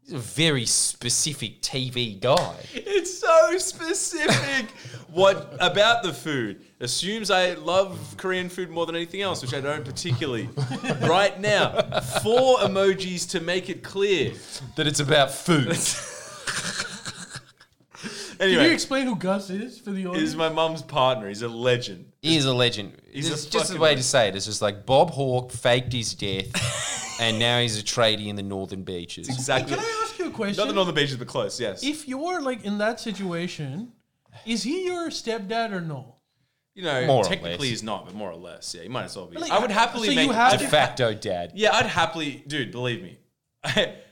He's a very specific TV guy. It's so specific. what about the food? Assumes I love Korean food more than anything else, which I don't particularly. right now, four emojis to make it clear. That it's about food. Can you Anyway, explain who Gus is for the audience? is my mum's partner. He's a legend. He is a legend. He's a it's just the fucking way to legend. say it. It's just like Bob Hawke faked his death, and now he's a tradie in the northern beaches. Exactly. Can I ask you a question? Not that on the beaches, but close. Yes. if you're like in that situation, is he your stepdad or no? you know, More or less. technically he's not, but more or less. Yeah, you might as well be. But like, I would ha- happily so make. you have De facto dad. yeah, I'd happily, dude. Believe me,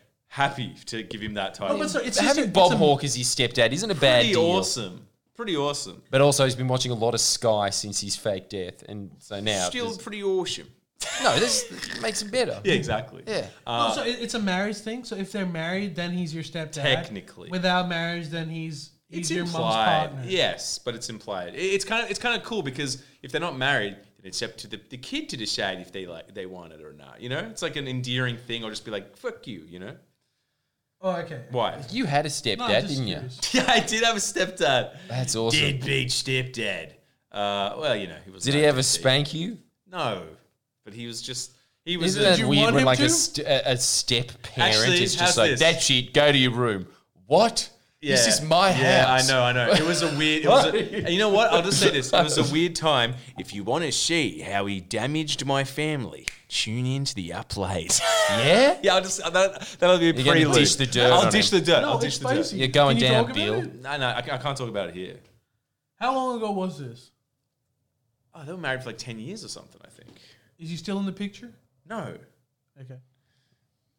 happy to give him that title. Oh, but so it's just a- Having it's Bob a- Hawke as his stepdad isn't a bad pretty deal. awesome. Pretty awesome. But also, he's been watching a lot of Sky since his fake death, and so now Still there's- pretty awesome. no, this makes it better. Yeah, exactly. Yeah. oh, so it- it's a marriage thing. So if they're married, then he's your stepdad. Technically. without marriage, then he's he's It's your implied. mom's partner. Yes, but it's implied. It- It's kind of it's kind of cool because if they're not married, then it's up to the, the kid to decide if they like they want it or not. You know, it's like an endearing thing, or just be like, "Fuck you," you know. Oh, okay. Why? You had a stepdad, No, I'm just didn't curious. yeah, I did have a stepdad. you? That's awesome. Deadbeat stepdad. Uh, well, you know, he was. Did he ever spank you? No, but he was just. He was. Isn't a- that you weird want when him like a, to? st- a a step parent Actually, is how's just like this? that shit? Go to your room. What? This is my house. Yeah, I know, I know. It was a weird. It was a, and you know what? I'll just say this. It was a weird time. If you want to see how he damaged my family, tune in to the up late. Yeah. yeah, I'll just that that'll be a You're gonna prelude. dish the dirt I'll on dish him. the dirt. No, I'll it's dish the dirt. spicy. You're going Can you down, talk Bill. about it? No, no, I, ca- I can't talk about it here. How long ago was this? Oh, they were married for like ten years or something, I think. Is he still in the picture? No, Okay.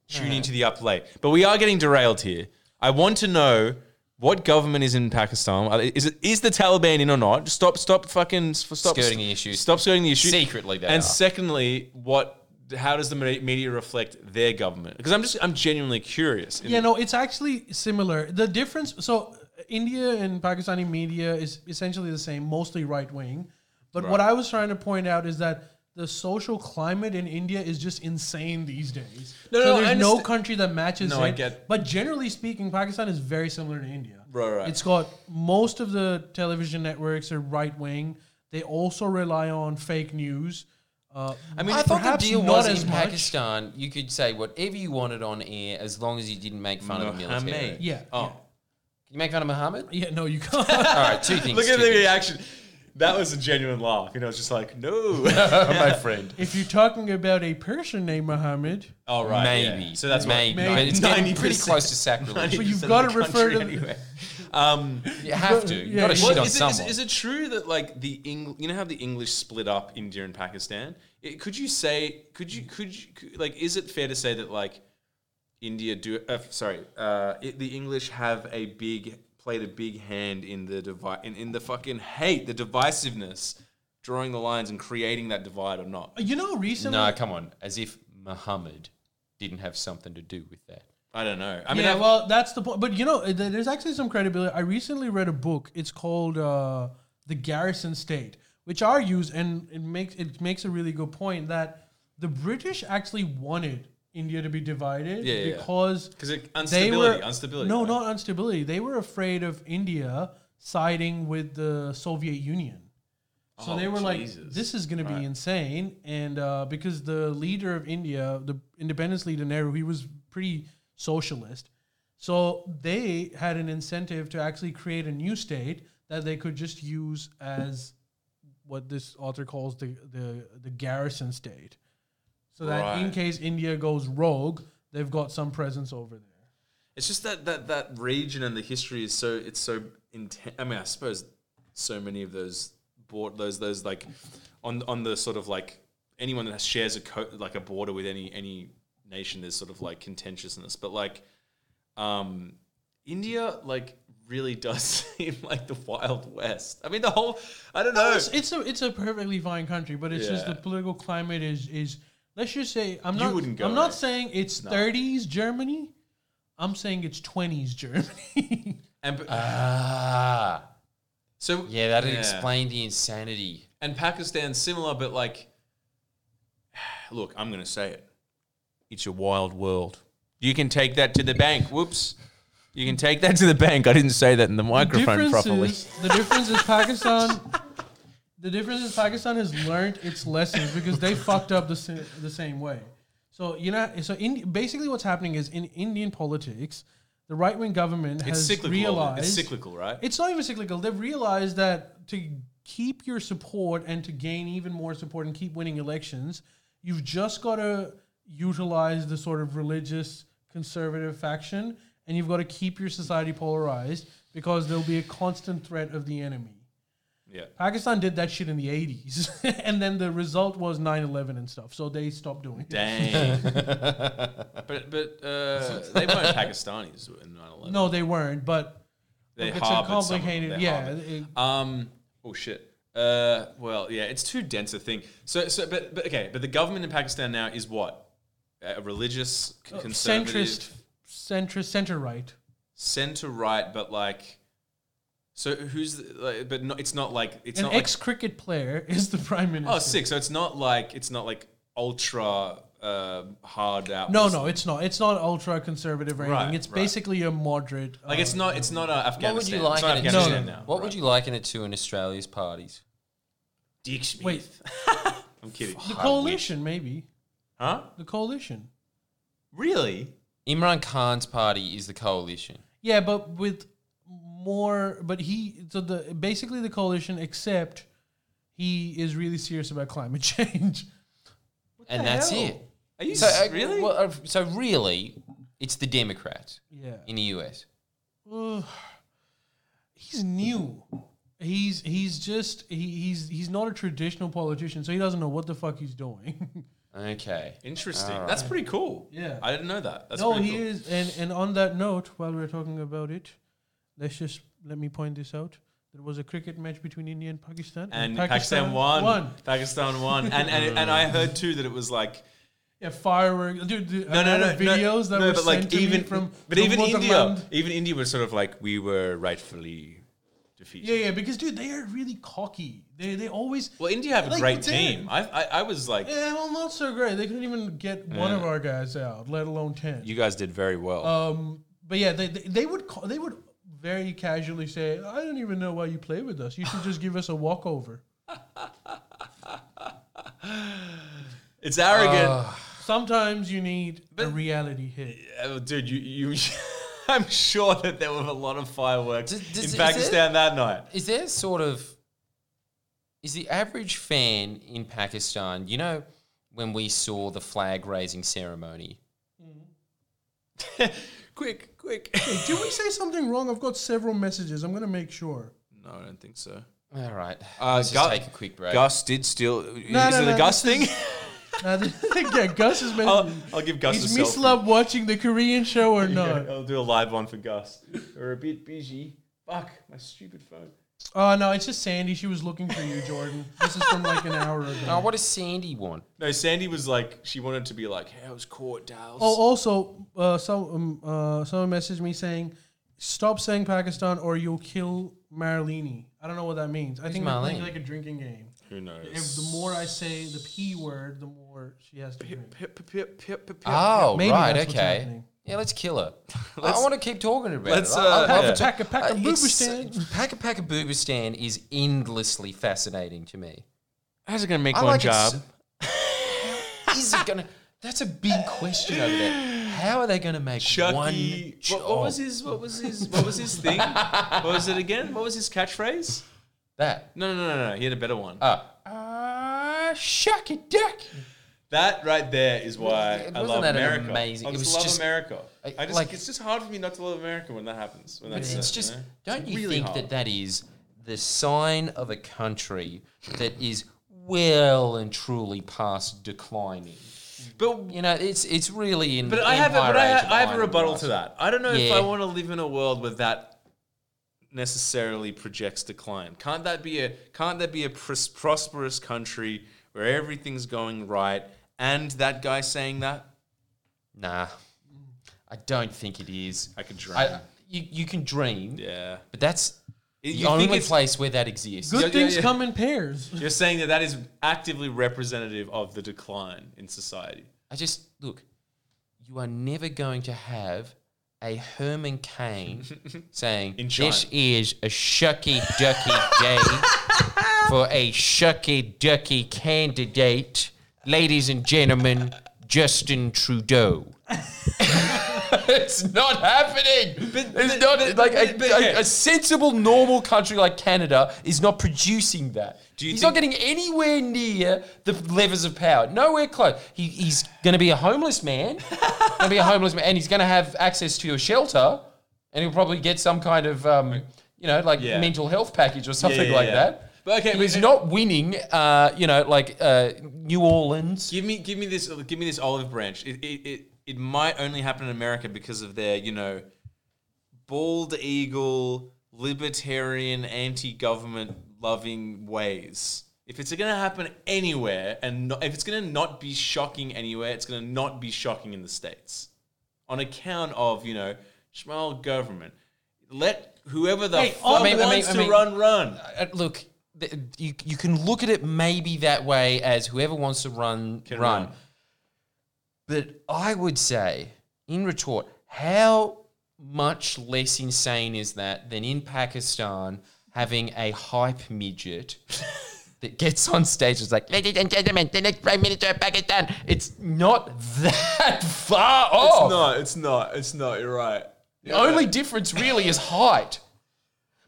tune into the up late. But we are getting derailed here. I want to know what government is in Pakistan. Uh, Is it is the Taliban in or not? Stop, stop, fucking stop Skirting the issue. Stop skirting the issue. Secretly they And are. secondly, what? How does the me- media reflect their government? Because I'm just I'm genuinely curious. Yeah, no, it's actually similar. The difference, so uh, India and Pakistani media is essentially the same, mostly right wing. But what I was trying to point out is that the social climate in India is just insane these days. No, so no, I there's no understand- country that matches No, I it. get- But generally speaking, Pakistan is very similar to India. Right, right. It's got most of the television networks are right wing. They also rely on fake news. Uh, I mean, I thought the perhaps deal not was as in much. Pakistan, you could say whatever you wanted on air as long as you didn't make fun of the military. Mohammed. Can Yeah. Oh, you make fun of Muhammad? Yeah, no, you can't. All right, two things. look at two the things. reaction. That was a genuine laugh. You know, it's just like no, my friend. If you're talking about a person named Muhammad, All right, maybe. yeah. So that's what- maybe. Maybe. But it's getting pretty 90%. close to sacrilege. But you've 90% of gotta the refer country to- anyway. Um, You have to. You Yeah, got to yeah. shit Well, on is, it, someone. is, it- is it true that like the Eng- you know how the English split up India and Pakistan? It, could you say could you could you could, like is it fair to say that like India do uh, sorry uh, it, the English have a big played a big hand in the divide in, in the fucking hate the divisiveness drawing the lines and creating that divide or not? uh, you know, recently, no, come on. As if Muhammad didn't have something to do with that. I don't know. I mean, yeah, I've- well, that's the point. But you know, uh, th- there's actually some credibility. I recently read a book. It's called uh, "The Garrison State," which argues, and it makes it makes a really good point that the British actually wanted India to be divided Yeah, yeah, yeah. because 'Cause it- they instability, were instability, No, right? not instability. They were afraid of India siding with the Soviet Union. So Oh, they were like, Jesus. "This is going to be insane," and uh, because the leader of India, the independence leader Nehru, he was pretty socialist, so they had an incentive to actually create a new state that they could just use as what this author calls the the, the garrison state, so that in Right. case India goes rogue, they've got some presence over there. It's just that that that region and the history is so it's so intense. I mean, I suppose so many of those bought those those like on on the sort of like anyone that shares a co- like a border with any any nation, there's sort of like contentiousness. But like, um, India like really does seem like the wild west. I mean, the whole I don't know. It's, it's a it's a perfectly fine country, but it's just Yeah. the political climate is is let's just say I'm You not wouldn't go I'm not there. saying it's 30s Germany. I'm saying it's 20s Germany. And b- Ah. so Yeah, that'd Yeah. explain the insanity. and Pakistan's similar, but like, look, I'm gonna say it. It's a wild world. You can take that to the bank. Whoops. You can take that to the bank. I didn't say that in the microphone difference properly. is, the difference is Pakistan. The difference is Pakistan has learned its lessons because they fucked up the sa- the same way. So you know, so in, basically, what's happening is in Indian politics, the right wing government It's has cyclical. realized it's cyclical, right? it's not even cyclical. They've realized that to keep your support and to gain even more support and keep winning elections, you've just got to utilize the sort of religious conservative faction and you've got to keep your society polarized because there'll be a constant threat of the enemy. yeah. Pakistan did that shit in the 80s and then the result was 9/11 and stuff. So they stopped doing it. Dang. but but uh, they weren't Pakistanis in 9/11. No, they weren't, but they it's a harbored someone. complicated- They yeah, uh, harbored. it- Um. Oh shit. Uh. Well, yeah. It's too dense a thing. So so. But, but okay. But the government in Pakistan now is what? A religious Oh, c- conservative centrist centrist center right. center right, but like. So who's the, like, but no, it's not like it's An not ex cricket player is the prime minister. like oh sick. So it's not like it's not like ultra uh hard out. No, no, it's not. It's not ultra conservative or anything. Right, it's right. basically a moderate. like it's not it's not uh, Afghanistan. What would you like it's not it No, Afghanistan no, now. What would you liken it to in Australia's parties? Dick Smith. Wait. I'm kidding. the coalition, maybe Huh? the coalition. Really? Imran Khan's party is the coalition. Yeah, but with more. But he so the basically the coalition, except he is really serious about climate change. and the that's hell? it. Are you So uh, s- really? well, uh, so really, it's the Democrats Yeah, in the US. Ugh. he's new. He's he's just he, he's he's not a traditional politician, so he doesn't know what the fuck he's doing. Okay. Interesting. That's pretty cool. Yeah. I didn't know that. That's no, pretty he cool. is. And and on that note, while we're talking about it, let's just let me point this out. There was a cricket match between India and Pakistan, And Pakistan, won. Pakistan won. And, and and I heard too that it was like Yeah, fireworks, dude. dude no no no videos no, that no, were but like sent to even me from but even Northern India Land. even India was sort of like we were rightfully defeated. Yeah, yeah, because dude, they are really cocky. They they always. Well, India have a Like, great they're- team. I, I I was like yeah, well, not so great. They couldn't even get one of our guys out, let alone ten. you guys did very well. Um, but yeah, they, they, they would call, they would very casually say, "I don't even know why you play with us. You should just give us a walkover." it's arrogant. uh. Sometimes you need a reality hit. Oh, dude, you you I'm sure that there were a lot of fireworks Does- does- in is Pakistan that night. Is there sort of is the average fan in Pakistan, you know, when we saw the flag raising ceremony? Quick, quick. Did we say something wrong? I've got several messages. I'm going to make sure. No, I don't think so. All right. Uh, Let's Gu- just take a quick break. Gus did steal. No, is no, it the no, Gus this thing? Now, yeah, Gus is I'll, messaging. I'll give Gus Is a selfie. Mislav watching the Korean show or Yeah, not? I'll do a live one for Gus. We're a bit busy. Fuck, my stupid phone. Oh no, it's just Sandy. She was looking for you, Jordan. This is from like an hour ago. Oh, Oh, what does Sandy want? No, Sandy was like, she wanted to be like, hey, I was caught, Dales. Oh, also, uh, some um, uh, someone messaged me saying, "Stop saying Pakistan or you'll kill Marilini." I don't know what that means. I think we're playing Marlene? like a drinking game. Who knows? If the more I say the p word, the more she has to drink. Pip, pip, pip, pip, pip, pip. Oh, Maybe right, that's what's okay. happening. yeah, let's kill her. I Let's- want to keep talking about let's, it. I- uh, I love yeah. it. Pack a pack Uh, a boober it's- stand. Pack a pack a boober stand is endlessly fascinating to me. How's it going to make I one like it job? so- Is it gonna? That's a big question over there. How are they gonna make one Chucky. E. job? What, what was his? What was his? What was his thing? what was it again? What was his catchphrase? that? No, no, no, no, no. He had a better one. Uh, uh, shucky duck. That right there is why Wasn't- I wasn't love that an America. amazing- I it just was love just- America. I- I just, like- it's just hard for me not to love America when that happens. When that's It's, it, just, you know? don't It's you really think hard. that that is the sign of a country that is well and truly past declining? But You know, it's it's really in. but the I have a, empire but I, age ha- of I have a iron and rebuttal glass. to that. I don't know if Yeah. I want to live in a world where that necessarily projects decline. Can't that be a can't that be a pros- prosperous country where everything's going right and that guy saying that? Nah. I don't think it is. I could dream. I, you, you can dream, yeah. but that's You the think only it's- place where that exists. Good Yeah, yeah, things yeah. come in pairs. You're saying that that is actively representative of the decline in society. I just look. You are never going to have a Herman Cain saying In this is a shucky ducky day for a shucky ducky candidate, ladies and gentlemen, Justin Trudeau. it's not happening. it's not like a, a- a sensible, normal country like Canada is not producing that. Do you he's think- not getting anywhere near the levers of power. Nowhere close. He, he's going to be a homeless man. going to be a homeless man, and he's going to have access to a shelter, and he'll probably get some kind of, um, you know, like Yeah. mental health package or something yeah, like yeah. that. But okay, he's but- not winning. Uh, you know, like uh, New Orleans. Give me, give me this, give me this olive branch. It, it, it, it might only happen in America because of their, you know, bald eagle, libertarian, anti-government loving ways. If it's going to happen anywhere, and not, if it's going to not be shocking anywhere, it's going to not be shocking in the states, on account of you know, small government. Let whoever the Hey, fuck I mean- I mean- wants I to mean- run, run. Uh, look, th- you, you can look at it maybe that way as whoever wants to run Can run. run. But I would say, in retort, how much less insane is that than in Pakistan having a hype midget? That gets on stage is like, ladies and gentlemen, the next prime minister of Pakistan. It's not that far off. not. It's not. It's not. You're right. The only difference really is height.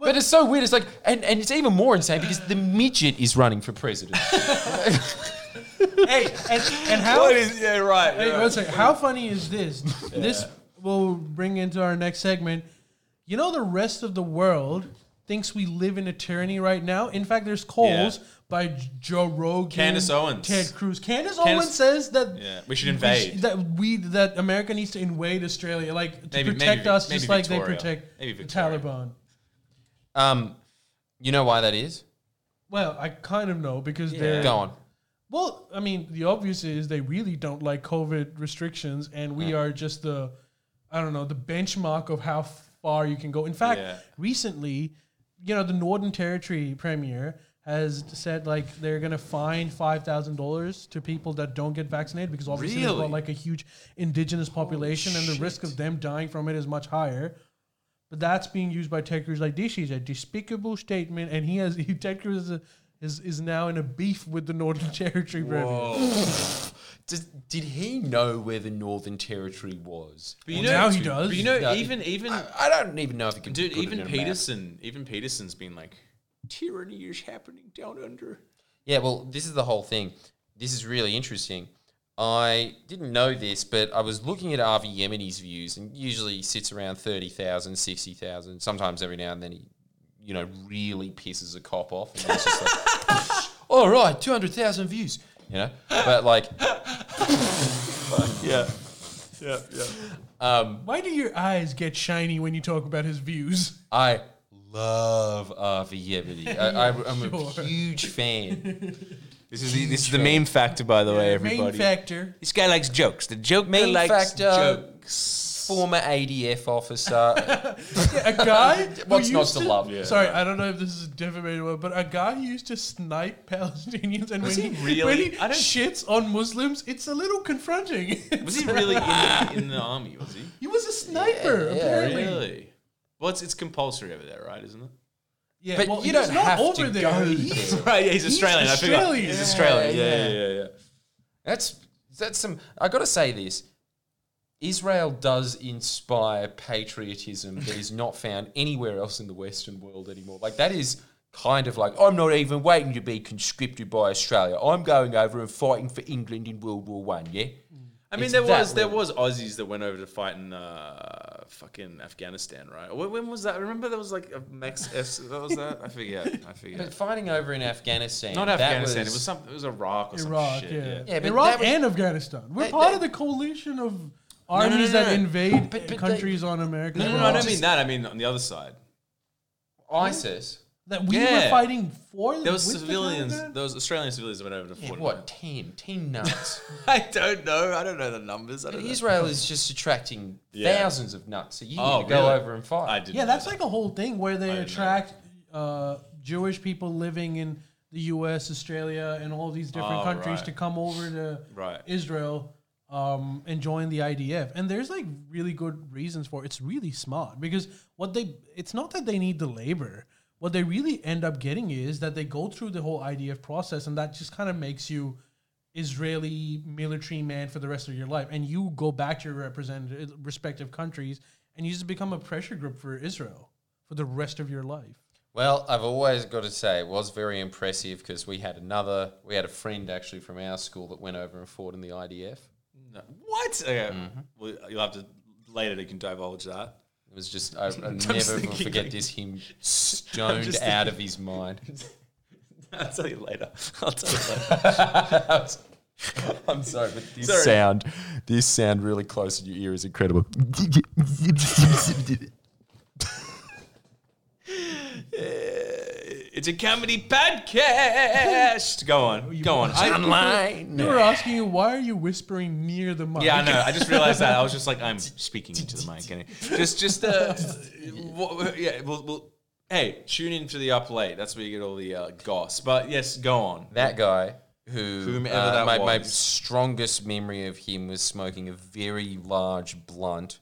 But it's so weird. It's like, and, and it's even more insane because the midget is running for president. hey, and, and how? yeah, right. Hey, one second. How funny is this? This will bring into our next segment. You know, the rest of the world thinks we live in a tyranny right now. In fact, there's calls Yeah. by J- Joe Rogan, Candace Owens. Ted Cruz. Candace, Candace- Owens says that Yeah, we should sh- invade. that we that America needs to invade Australia, like to Maybe- maybe protect Vic- us, maybe just like they Victoria. protect Maybe the Victoria. Taliban. um, you know why that is? Well, I kind of know because Yeah. they're Go on. Well, I mean, the obvious is they really don't like COVID restrictions, and we are just the, I don't know, the benchmark of how far you can go. In fact, Yeah. recently, you know, the Northern Territory Premier has said like they're gonna fine five thousand dollars to people that don't get vaccinated because obviously they've Really? got like a huge indigenous population, and the risk of them dying from it is much higher. But that's being used by Ted Cruz like this is a despicable statement, and he has he, Ted Cruz is, a, is is now in a beef with the Northern Territory Premier. Does, did he know where the Northern Territory was? But Well, now he does. But you know, No, even even I don't even know if he could. dude, put it even in a map. Peterson, even Peterson's been like, tyranny is happening down under. Yeah, well, this is the whole thing. This is really interesting. I didn't know this, but I was looking at Avi Yemeni's views, and usually he sits around 30,000, 60,000. Sometimes every now and then he, you know, really pisses a cop off. And it's just like, all right, 200,000 views, you know? But like, Yeah, yeah, yeah. Why do your eyes get shiny when you talk about his views? I love Avi Yemeni. I, I, I'm a Sure. huge fan. This is the, this is the meme factor, by the way, Main everybody. factor. this guy likes jokes. The joke Main likes factor. jokes. Former ADF officer. Yeah, a guy. What's who not used to love? Yeah. Sorry, I don't know if this is a defamatory word, but a guy who used to snipe Palestinians and Was when he he, really? when he I don't- shits on Muslims, it's a little confronting. Was he really in the, in the army? Was he he was a sniper, Yeah, yeah, apparently. really? Well, it's, it's compulsory over there, right? Isn't it? Yeah, But well, you he's don't not have to over there. go He's- there. Right. Yeah, he's Australian. I forgot. Australian. He's Yeah, Australian. Yeah, yeah, yeah. yeah. yeah, That's that's some. I got to say this. Israel does inspire patriotism that is not found anywhere else in the Western world anymore. Like that is kind of like I'm not even waiting to be conscripted by Australia. I'm going over and fighting for England in World War One. Yeah. I mean, It's there that was there level. was Aussies that went over to fight in uh, fucking Afghanistan, right? When, when was that? Remember there was like a Mex. S- what was that? I forget. I But forget. fighting over in Afghanistan. Not that Afghanistan. it was some. It was Iraq or Iraq, some shit. yeah. Yeah. Yeah, but that Iraq was- and Afghanistan. We're That- part that- of the coalition of no, no, armies no. that invade But- but they- countries on America. No, no, no, I don't mean that. I mean on the other side. ISIS. that we were Yeah. fighting for. There was with the civilians. Taliban? Those Australian civilians that went over to Fort. What ten? Ten nuts. I don't know. I don't know the numbers. I don't know. Israel is just attracting Yeah. thousands of nuts a year Oh, to go really? over and fight. I didn't. Yeah, know that's that. like a whole thing where they didn't know. attract uh, Jewish people living in the U.S., Australia, and all these different Oh, countries right. to come over to Right. Israel um, and join the IDF. And there's like really good reasons for it. It's really smart because what they it's not that they need the labor. What they really end up getting is that they go through the whole IDF process, and that just kind of makes you Israeli military man for the rest of your life, and you go back to your representative respective countries, and you just become a pressure group for Israel for the rest of your life. Well, I've always got to say it was very impressive because we had another, we had a friend actually from our school that went over and fought in the IDF. No. What? Okay. Well, you'll have to later. You can divulge that. It was just, I, I just never will thinking forget like- this, him stoned just out of his mind. I'll tell you later. I'll tell you later. I'm sorry, but this Sorry. sound, this sound really close in your ear is incredible. Uh, it's a comedy podcast. Go on. Go on. I, They were asking you why are you whispering near the mic? yeah, I know. I just realized that. I was just like, I'm speaking into the mic. Anyway. Just, just, uh, wha- yeah. We'll, we'll, hey, tune in to the up late. That's where you get all the uh, goss. But yes, go on. That guy who Whomever uh, that my, my was. strongest memory of him was smoking a very large blunt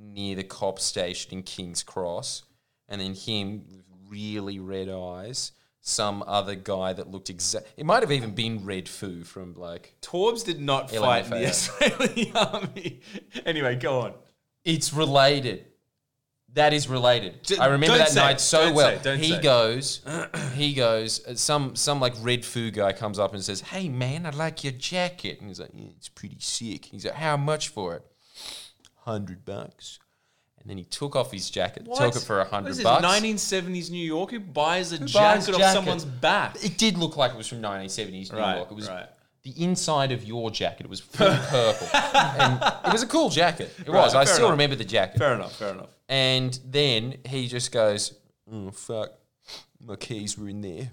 near the cop station in King's Cross, and then him with really red eyes. Some other guy that looked exact. It might have even been Red Foo from like. Torbs did not fight in the Israeli army. Anyway, go on. It's related. That is related. D- I remember don't that say, night so don't well. say, don't he say. goes, he goes. uh, Some some like red foo guy comes up and says, "Hey man, I like your jacket." And he's like, "Yeah, "It's pretty sick." He's like, "How much for it?" Hundred bucks. And then he took off his jacket, took it for a What is hundred this, bucks. 1970s New York. Who buys a buys jacket off jacket? someone's back? it did look like it was from 1970s New Right, York. It was right. the inside of your jacket. It was fully purple, and it was a cool jacket. It was. I fair still enough. remember the jacket. Fair enough. Fair enough. And then he just goes, oh, fuck, my keys were in there.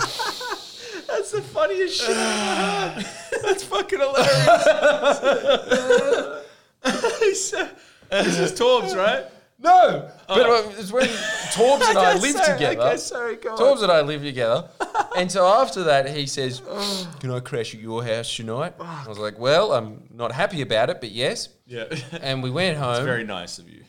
That's the funniest shit I've heard. That's fucking hilarious. He's so- this is Torbs, right? No! But uh, it's when Torbs and I Okay, lived sorry, together. Okay, sorry, go on. Torbs and I lived together. and so after that, he says, Can I crash at your house tonight? I was like, Well, I'm not happy about it, but yes. Yeah, And we went home. very nice of you.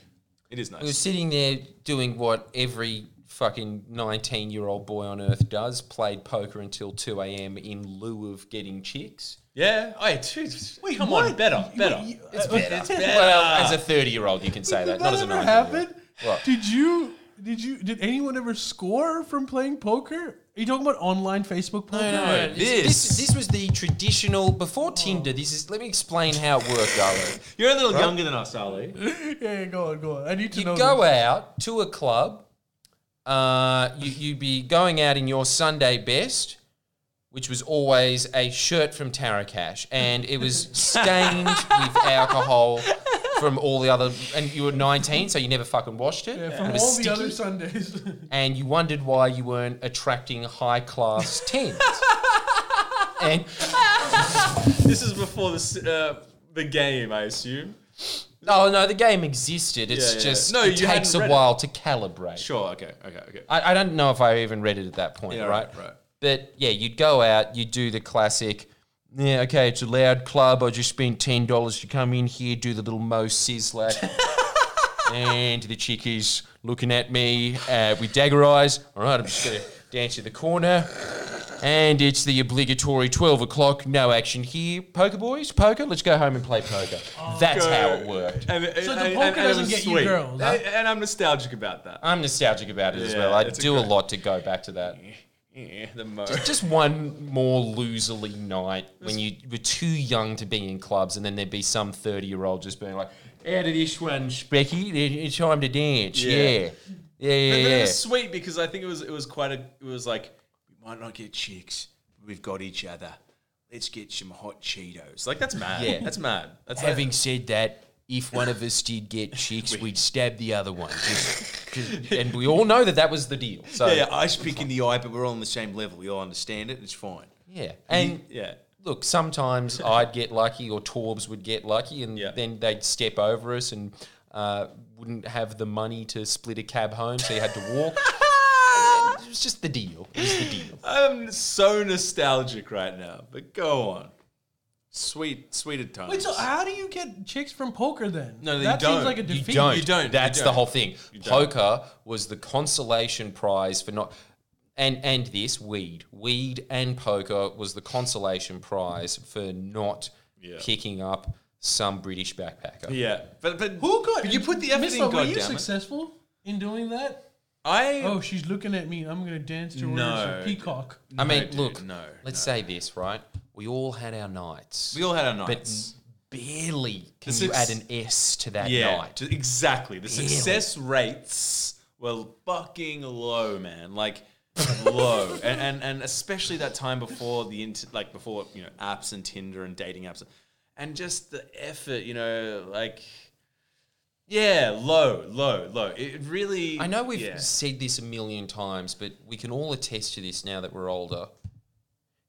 It is we were nice. sitting there doing what every fucking 19 year old boy on earth does played poker until 2 a.m. in lieu of getting chicks. Yeah. Hey, dude. Wait, come on. what? Better, better. You- it's uh, better. It's better. Well, as a 30 year old, you can say that. Did Not that as a ever 19 happen? What? Did you? Did you? Did anyone ever score from playing poker? Are you talking about online Facebook poker? no, no. This. This- this was the traditional before Tinder. This is let me explain how it worked, Darling. You're a little younger than us, Ali. Yeah, yeah, go on, go on. I need to You'd know. go this. out to a club. Uh, you, you'd be going out in your Sunday best, which was always a shirt from Tara Cash, and it was stained with alcohol from all the other. And you were 19, so you never fucking washed it. Yeah, It from was all the sticky. other Sundays. and you wondered why you weren't attracting high class teens. and This is before this, uh, the game, I assume. oh no, the game existed. It's Yeah, yeah. just No, it you takes hadn't a read it. while to calibrate. Sure. Okay. Okay. Okay. I, I don't know if I even read it at that point, Yeah, right? right, right. But yeah, you'd go out, you'd do the classic. Yeah, okay, it's a loud club. I just spend ten dollars to come in here, do the little Mo Sizzler. and the chickies looking at me uh, with dagger eyes. All right, I'm just going to dance to the corner. And it's the obligatory 12 o'clock, no action here. Poker boys, poker, let's go home and play poker. Oh, That's how it worked. And, and, So the and- poker and it doesn't was get you sweet. girls, huh? And, and I'm nostalgic about that. I'm nostalgic about it as Yeah, well. I it's a do a good- lot to go back to that. Yeah, the mo. Just one more loserly night when you were too young to be in clubs, and then there'd be some 30 year old just being like, out of this one, Specky, it- it's time to dance. Yeah. Yeah. Yeah, yeah, yeah. But it was sweet because I think it was it was quite a it was like we might not get chicks, but we've got each other. let's get some hot Cheetos. Like that's mad. Yeah. that's mad. That's like- Having said that, if one of us did get chicks, we'd stab the other one. Just, just, and we all know that that was the deal. So yeah, yeah, yeah, ice pick in the eye, but we're all on the same level. We all understand it. It's fine. Hmm. and Yeah. look, sometimes I'd get lucky, or Torbs would get lucky, and Yeah. then they'd step over us and uh, wouldn't have the money to split a cab home, so you had to walk. it was just the deal. It was the deal. I'm so nostalgic right now, but go on. Sweet, sweet at times. Wait, so uh, how do you get chicks from poker then? No, you that don't. seems like a You defeat. don't. You don't, you That's the don't. whole thing. don't. Poker was the consolation prize for not. And, and this weed, weed and poker was the consolation prize for not Yeah. picking up some British backpacker. yeah, but but Who got? But you put the effort Miss in, Love, Were you goddammit. successful in doing that? I Oh, she's looking at me. I'm gonna dance to her No. as a peacock. I mean, dude, look, no, let's say this, right? We all had our nights. we all had our but nights. barely can The you suc- add an S to that yeah, night. ju- exactly. The success rates were fucking low, man. Like low, and, and and especially that time before the inter- like before you know apps and Tinder and dating apps, and just the effort, you know, like. Yeah, low, low, low. It it really. I know we've yeah. said this a million times, but we can all attest to this now that we're older.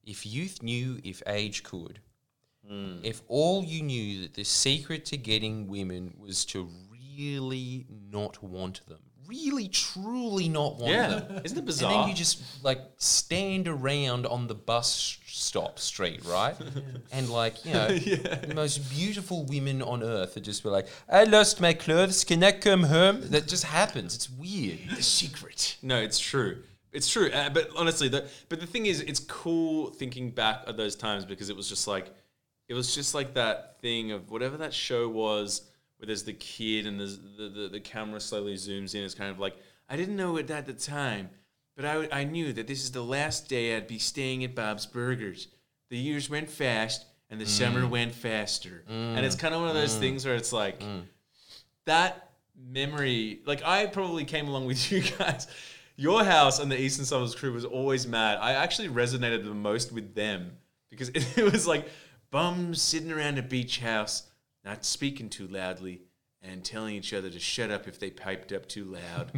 If youth knew, if age could, Hmm. if all you knew that the secret to getting women was to really not want them, really, truly not want Yeah, them. isn't it And bizarre? then you just like stand around on the bus stop street, right? And like, you know, the most beautiful women on earth are just be like, I lost my clothes, can I come home? That just happens. It's weird. the secret. No, it's true. It's true. Uh, but honestly, the, but the thing is, it's cool thinking back at those times because it was just like, it was just like that thing of whatever that show was where there's the kid and there's the, the, the camera slowly zooms in. It's kind of like, I didn't know it at the time, but I, I knew that this is the last day I'd be staying at Bob's Burgers. The years went fast and the summer went faster. And it's kind of one of those things where it's like, that memory, like I probably came along with you guys. Your house and the Eastern Suburbs crew was always mad. I actually resonated the most with them because it, was like bums sitting around a beach house, not speaking too loudly and telling each other to shut up if they piped up too loud.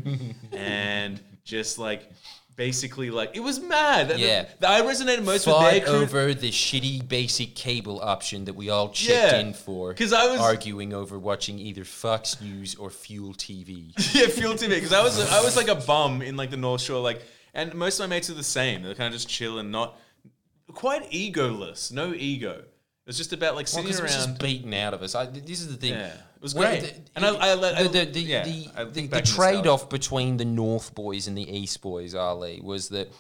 and just like basically like it was mad. Yeah. I resonated most with their Fight crew. over the shitty basic cable option that we all checked Yeah, in for. 'cause I was- arguing over watching either Fox News or Fuel TV. yeah, fuel TV. Because I was I was like a bum in like the North Shore, like, and most of my mates are the same. They're kind of just chill and not quite egoless. No ego. It's just about like Well, sitting 'cause it was around. just beaten out of us. I, th- this is the thing. Yeah. It was Well, great. the- And I- I let- I- the, the, the, yeah, the, I think the- the back in nostalgia. trade-off between the North boys and the East boys, Ali, was that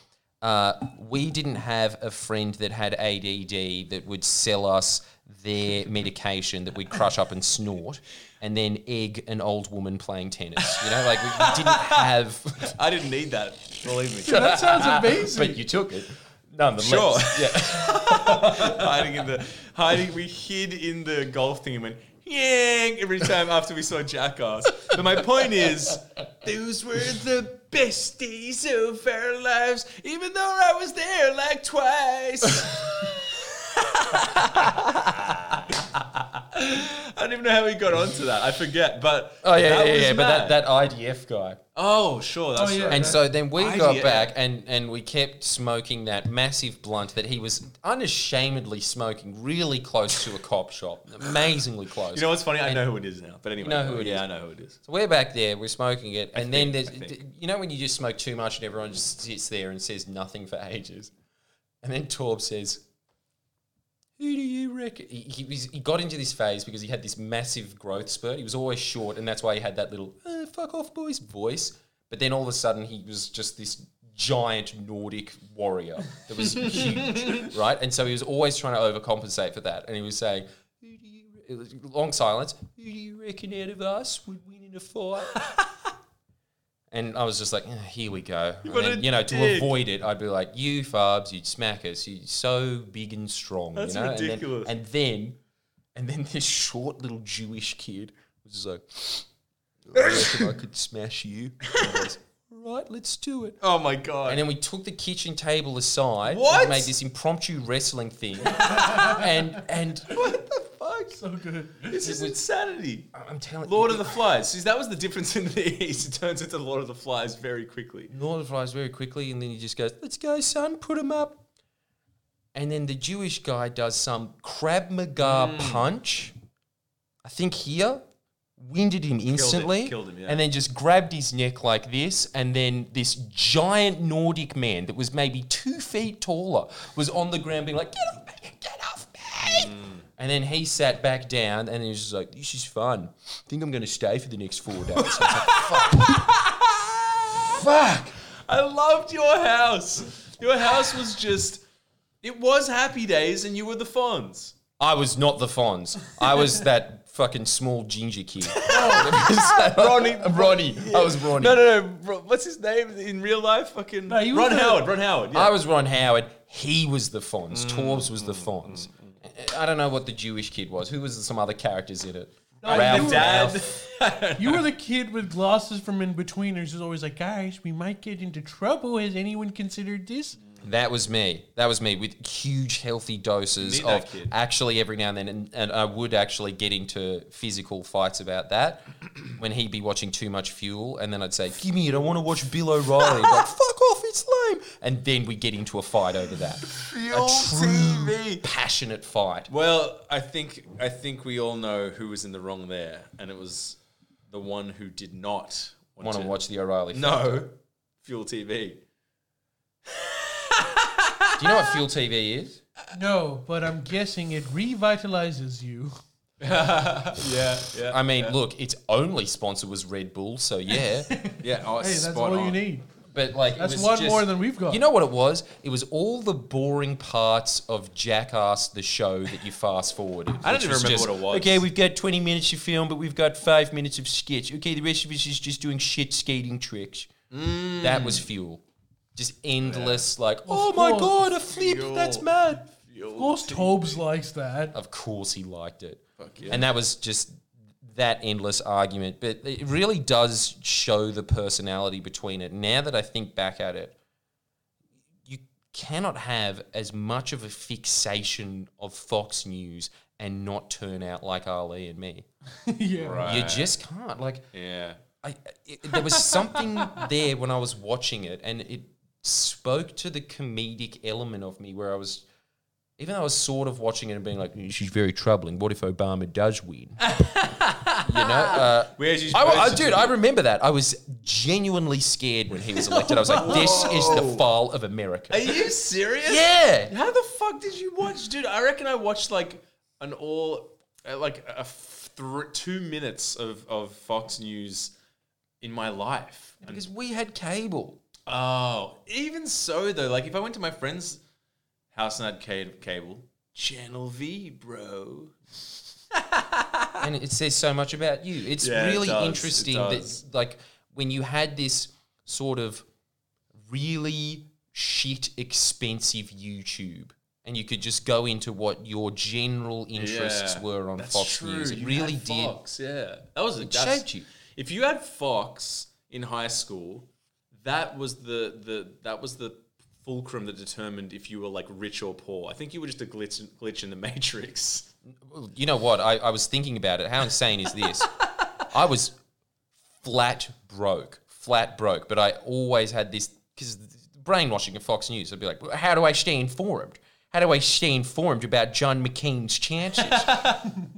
uh, we didn't have a friend that had ADD that would sell us their medication that we'd crush up and snort, and then egg an old woman playing tennis. You know, like we, we didn't have, I didn't need that. Believe me. That sounds amazing. but you took it. Nonetheless, Sure. yeah. hiding in the hiding. We hid in the golf thing and went yang every time after we saw Jackass. But my point is, those were the best days of our lives, even though I was there like twice. I don't even know how we got onto that. I forget, but Oh yeah, yeah, was yeah. But mad. that, that IDF guy. oh sure, that's Oh, yeah. right. And Yeah. so then we I- got yeah. back and, and we kept smoking that massive blunt that he was unashamedly smoking really close to a cop shop. Amazingly close. you know what's funny? I know who it is now. But anyway, know who it yeah, is. I know who it is. so we're back there, we're smoking it, and think, then I there's think. you know when you just smoke too much and everyone just sits there and says nothing for ages. And then Torb says who do you reckon? He, he, was- he got into this phase because he had this massive growth spurt. He was always short, and that's why he had that little "Uh, "fuck off, boys" voice. But then all of a sudden, he was just this giant Nordic warrior that was huge, right? And so he was always trying to overcompensate for that, and he was saying. "Who do you re-" It was Long silence. Who do you reckon out of us would win in a fight? and I was just like, "Ah, here we go. You, what and then, a you know, dick. to avoid it, I'd be like, you farbs, you'd smack us. You're so big and strong. That's you know? And then- ridiculous. And then, and then, this short little Jewish kid was just like, I reckon I could smash you. And I was, "All all right, let's do it. Oh my god! And then we took the kitchen table aside. What? And made this impromptu wrestling thing. and and what the fuck? So good. This is insanity. I'm telling Lord of the Flies. See, that was the difference in the East. It turns into Lord of the Flies very quickly. Lord of the Flies very quickly, and then he just goes, "Let's go, son, put him up." And then the Jewish guy does some Krav Mm. Maga punch, I think here, winded him instantly, killed him, yeah. and then just grabbed his neck like this, and then this giant Nordic man that was maybe two feet taller was on the ground being like, "Get off me! Get off me!" Mm. And then he sat back down, and he was just like, "This is fun. I think I'm going to stay for the next four days." I was like, Fuck. I loved your house. Your house was just. It was happy days, and you were the Fonz. I was not the Fonz. I was that fucking small ginger kid. Oh. Ronnie- Ronnie. I was Ronnie. No, no, no. Ro- What's his name in real life? Fucking he was Ron the- Howard. Ron Howard. Yeah. Mm, I was Ron Howard. He was the Fonz. Torbs was the Fonz. I don't know what the Jewish kid was. Who was some other characters in it? And Ralph, the dad. Ralph. You were the kid with glasses from in betweeners who's always like, guys, we might get into trouble. Has anyone considered this? That was me. That was me with huge, healthy doses Need that of kid. actually every now and then. And, and I would actually get into physical fights about that when he'd be watching too much fuel. And then I'd say, Give me it. I want to watch Bill O'Reilly. He'd be like, fuck off. It's lame. And then we'd get into a fight over that. Fuel TV. Passionate fight. Well, I think I think we all know who was in the wrong there, and it was the one who did not Want to watch the O'Reilly fight. No, Fuel TV. Do you know what Fuel TV is? No, but I'm guessing it revitalizes you. Yeah, yeah, I mean, look, its only sponsor was Red Bull. So, yeah. yeah. Oh, Hey, that's all you need. But like, it That's was one just- more than we've got. You know what it was? It was all the boring parts of Jackass, the show that you fast forwarded. I don't which even was remember just, what it was. Okay, we've got twenty minutes to film, but we've got five minutes of sketch. Okay, the rest of us is just doing shit skating tricks. Mm. That was fuel. Just endless, like, oh my course. god, a flip! That's Fuel. mad. Of course, Tobes likes that. Of course, he liked it. Fuck yeah. And that was just that endless argument. But it really does show the personality between it. Now that I think back at it, you cannot have as much of a fixation of Fox News and not turn out like Ali and me. yeah. You just can't. Like, Yeah. I, it, there was something there when I was watching it, and it spoke to the comedic element of me where I was, even though I was sort of watching it and being like, "Mm, she's very troubling. What if Obama does win? you know? Uh, Where's your I, I, dude, I remember that. I was genuinely scared when he was elected. I was like, this is the fall of Are America. you serious? Yeah. How the fuck did you watch, dude? I reckon I watched like an all, uh, like a f- thr- two minutes of of Fox News in my life. And- Because we had cable. oh, even so though, like if I went to my friend's house and had ca- cable, Channel V, bro. and it says so much about you. It's Yeah, it really does, it interesting does. that like when you had this sort of really shit expensive YouTube and you could just go into what your general interests Yeah, were on that's Fox true. News. It You really had did. Fox, yeah, that was a It that's- shaped you. If you had Fox in high school, that was the the that was the fulcrum that determined if you were like rich or poor. I think you were just a glitch glitch in the matrix. You know what? I, I was thinking about it. How insane is this? I was flat broke, flat broke, but I always had this because brainwashing of Fox News. I'd be like, "Well, how do I stay informed? How do I stay informed about John McCain's chances?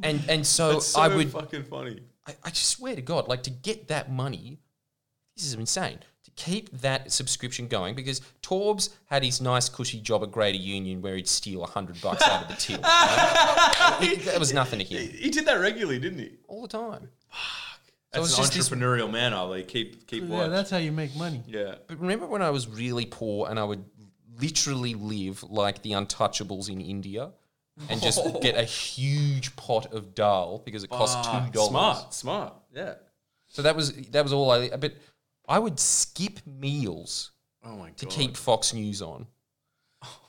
and and so, It's so I would, fucking funny. I, I just swear to God, like to get that money, this is insane. To keep that subscription going because Torbs had his nice cushy job at Greater Union where he'd steal hundred bucks out of the till. you know? That was nothing to He, him he did that regularly, didn't he? all the time. That's it's an just this- entrepreneurial man, Ali. Keep keep Yeah, watch. that's how you make money. yeah. But remember when I was really poor and I would literally live like the untouchables in India and just get a huge pot of dal because it cost Ah, two dollars. Smart, smart. Yeah. So that was that was all I but I would skip meals Oh my god. to keep Fox News on.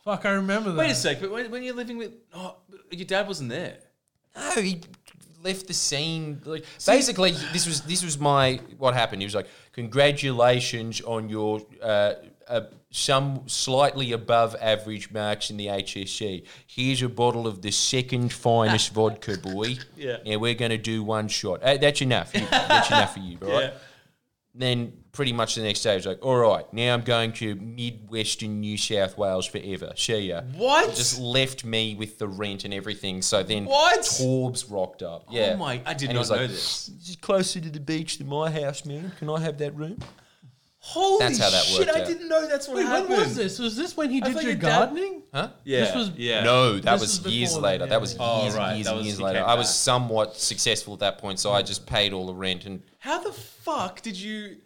Fuck, I remember that. Wait a sec, but when, when you're living with, oh, your dad wasn't there. No, he left the scene. Like basically, he- this was this was my what happened. He was like, "Congratulations on your." Uh, uh, some slightly above average marks in the HSC. Here's a bottle of the second finest vodka, boy. Yeah. Yeah, we're going to do one shot. Uh, that's enough. You- That's enough for you, right? Yeah. then pretty much the next day, it's like, all right, now I'm going to Midwestern New South Wales forever. See ya. What? Just left me with the rent and everything. So then What? Torbs rocked up. Yeah. Oh my! I did And he not was know like, this. uh, This is closer to the beach than my house, man. Can I have that room? Holy That's how that shit! worked I out. didn't know that's what Wait, happened. when was this? Was this when he did thought your your dad- gardening? Huh? Yeah, This was- yeah. No, that This was was years before later. that, That was yeah. Oh, years, right, years, that and was- years he later. came I was back. somewhat successful at that point, so I just paid all the rent and How the fuck did you?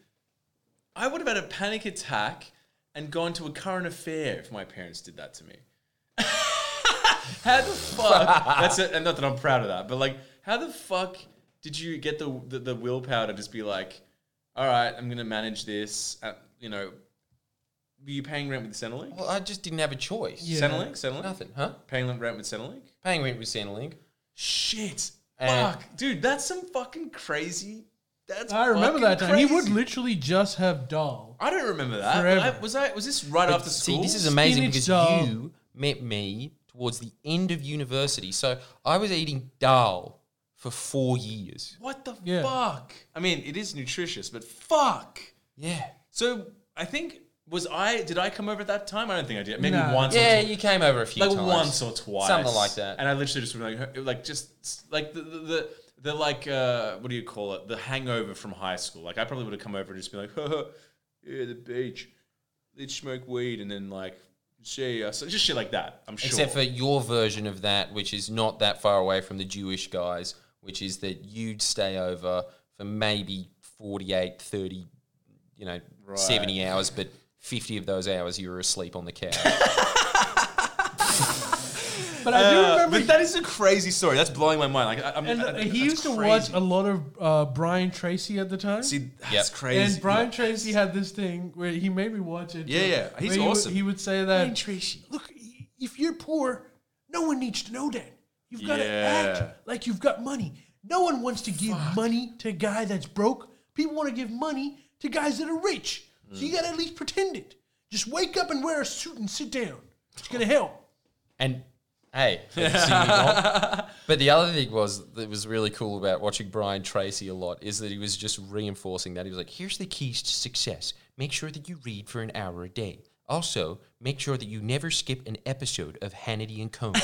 I would have had a panic attack and gone to a current affair if my parents did that to me. how the fuck? That's it. And not that I'm proud of that, but like, how the fuck did you get the the, the willpower to just be like, all right, I'm gonna manage this. Uh, you know, were you paying rent with Centrelink? well, I just didn't have a choice. Yeah. Centrelink, Centrelink, Nothing, huh? Paying rent with Centrelink. Paying rent with Centrelink. Shit. And- Fuck. Dude, that's some fucking crazy. That's I remember fucking that time. He would crazy. literally just have doll. I don't remember that. Forever. I- was I was this right after school? See, this is amazing Spinach because dal. you met me towards the end of university. So I was eating dal for four years. what the Yeah. fuck? I mean, it is nutritious, but fuck. Yeah. So I think was I did I come over at that time? I don't think I did. Maybe No. once Yeah, or twice. you came over a few Like times. once or twice. Something like that. And I literally just remember like, her- like just like the the, the the like uh, what do you call it? The hangover from high school. Like I probably would have come over and just been like, huh, huh, yeah, the beach. They'd smoke weed and then like see us. Just shit like that. I'm sure. Except for your version of that, which is not that far away from the Jewish guys, which is that you'd stay over for maybe 48, 30, you know, 70 hours, but 50 of those hours you were asleep on the couch. But I do Uh, remember. but that is a crazy story. That's blowing my mind. Like, I, I'm, and I- he that's used to crazy. watch a lot of uh, Brian Tracy at the time. See, that's Yep. crazy. and Brian Tracy had this thing where he made me watch it. Yeah, yeah. He's where he would- awesome. he would say that. Brian Tracy. Look, y- if you're poor, no one needs to know that. You've got to Yeah. act like you've got money. No one wants to give money to a guy that's broke. People want to give money to guys that are rich. So you got to at least pretend it. Just wake up and wear a suit and sit down. It's gonna help. And hey, have you seen me not? but the other thing was that was really cool about watching Brian Tracy a lot is that he was just reinforcing that he was like, "Here's the keys to success: make sure that you read for an hour a day. Also, make sure that you never skip an episode of Hannity and Combs."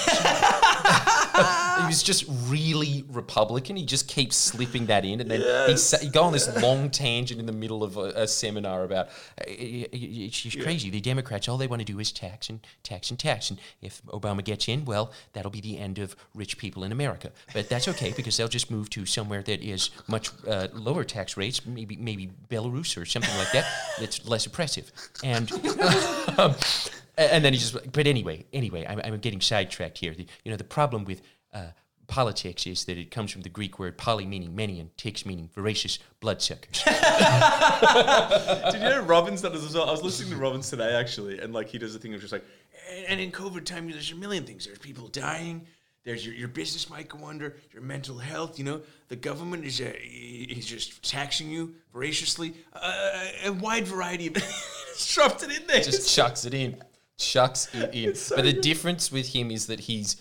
he was just really Republican. He just keeps slipping that in, and then he'd, sa- he'd go on this long tangent in the middle of a, a seminar about "Uh, it- it- it's just crazy. The Democrats, all they want to do is tax and tax and tax, and if Obama gets in, well, that'll be the end of rich people in America. But that's okay because they'll just move to somewhere that is much uh, lower tax rates, maybe maybe Belarus or something like that, that's less oppressive. And um, a- and then he just. But anyway, anyway, I'm, I'm getting sidetracked here. The, you know, the problem with uh, politics is that it comes from the Greek word poly, meaning many, and takes meaning voracious bloodsuckers. Did you know Robbins that as well? I was listening to Robbins today actually, and like he does a thing of just like, and, and in COVID time, there's a million things. There's people dying. There's your, your business might go under. Your mental health. You know, the government is uh, is just taxing you voraciously. Uh, a wide variety of. it's dropped it in there. just chucks it in, chucks it in. but the difference with him is that he's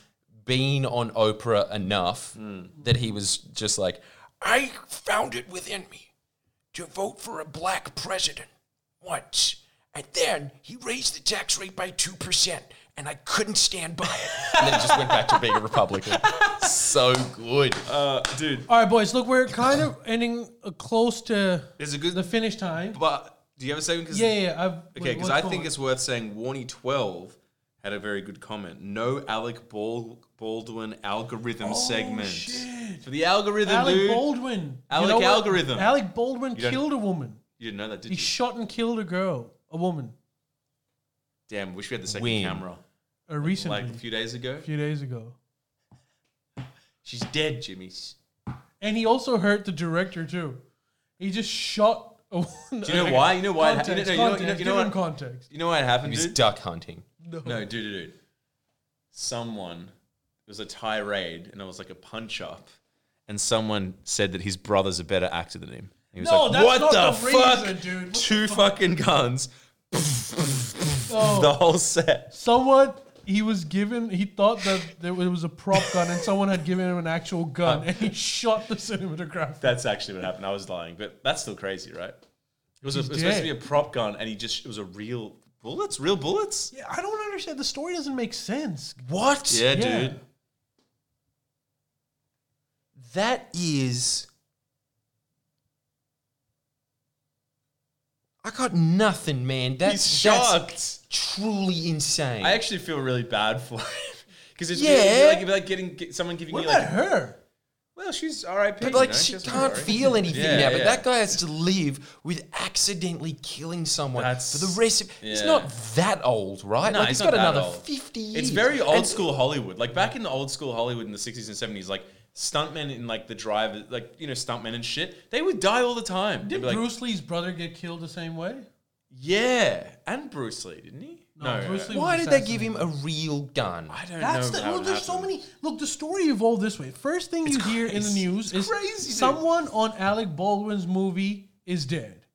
been on Oprah enough that he was just like, I found it within me to vote for a black president once. And then he raised the tax rate by 2%, and I couldn't stand by it. and then he just went back to being a Republican. so good. uh, dude. All right, boys. Look, we're kind of ending uh, close to There's a good. the finish time. but do you have a second? Cause Yeah, yeah. yeah, I've, Okay, wait, because what's I going think on? it's worth saying Warney 12 had a very good comment. No Alec Bal- Baldwin algorithm segment. Oh, shit. For the algorithm, Alec dude. Baldwin. You Alec know what? Algorithm. Alec Baldwin don't- killed a woman. you didn't know that, did He you? shot and killed a girl, a woman, Damn, wish we had the second When? camera. uh, recently, Like a few days ago. a few days ago. She's dead, Jimmy. And he also hurt the director too. He just shot a woman. Do you know why? You know why? Context, you know, you know, you know, you context, know give him what? context. You know what He happened, was dude? duck hunting. No, dude, dude, dude. Someone it was a tirade, and it was like a punch up, and someone said that his brother's a better actor than him. He was No, like, "What that's not the, the fuck, reason, dude. What the Two fucking guns, Oh. the whole set." Someone he was given he thought that there was a prop gun and someone had given him an actual gun Uh. and he shot the cinematographer. That's actually what happened. I was lying, but that's still crazy, right? It was, a, it was supposed to dead. be a prop gun, and he just—it was a real bullets, real bullets. Yeah, I don't understand. The story doesn't make sense. What? Yeah, Yeah. dude. That is. I got nothing, man. That's, He's that's shocked. truly insane. I actually feel really bad for him because it's Yeah. yeah. really, like, it'd be like getting get, someone giving What you about like, her? well, she's R.I.P. but you like, know, she doesn't can't worry. feel anything Yeah, now. But yeah. that guy has to live with accidentally killing someone That's- for the rest of. He's yeah. not that old, right? No, like, he's he's got not that another old. fifty years. It's very old And- school Hollywood. Like back in the old school Hollywood in the sixties and seventies, like stuntmen in like the drive, like you know stuntmen and shit, they would die all the time. They'd Did be like, Bruce Lee's brother get killed the same way? yeah, and Bruce Lee didn't he? No, Bruce Lee- Why did they give him a real gun? I don't That's know. the, how well, it there's so happened. many. Look, the story evolved this way. First thing you hear in the crazy. news It's is crazy, dude. someone on Alec Baldwin's movie is dead,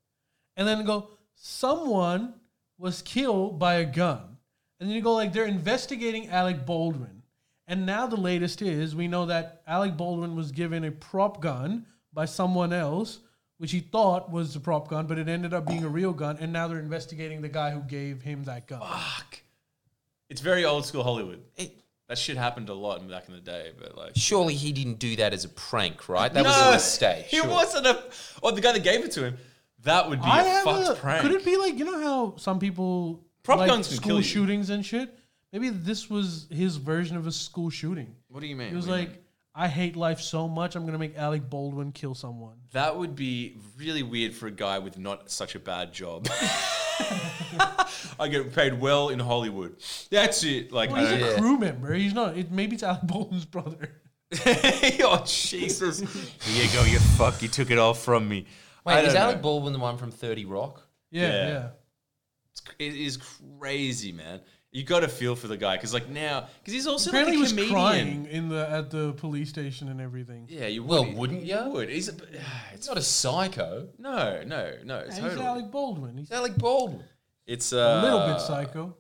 and then go someone was killed by a gun, and then you go like they're investigating Alec Baldwin, and now the latest is we know that Alec Baldwin was given a prop gun by someone else. Which he thought was a prop gun, but it ended up being a real gun, and now they're investigating the guy who gave him that gun. Fuck. It's very old school Hollywood. It- That shit happened a lot back in the day, but like. Surely he didn't do that as a prank, right? That was No, a mistake. He sure. wasn't a. Or the guy that gave it to him. That would be I a have fucked a- prank. Could it be like you know how some people Prop like guns can school kill you. shootings and shit? Maybe this was his version of a school shooting. What do you mean? He was What do you like, "I hate life so much, I'm gonna make Alec Baldwin kill someone." That would be really weird for a guy with not such a bad job. I get paid well in Hollywood. That's it. Like, Well, I he's don't- a Yeah. crew member. He's not. It, maybe it's Alec Baldwin's brother. oh Jesus! Here you go, you fuck. You took it all from me. I Wait, is don't Alec know. Baldwin the one from Thirty Rock? Yeah, yeah. Yeah. It's cr- It is crazy, man. You got to feel for the guy because, like, now because he's also Apparently, he like a was comedian. crying in the at the police station and everything. Yeah, you would. Well, wouldn't you? you? Would he's a, it's It's not a psycho. no, no, no. Yeah, totally. He's Alec Baldwin. He's It's Alec Baldwin. It's a uh, little bit psycho.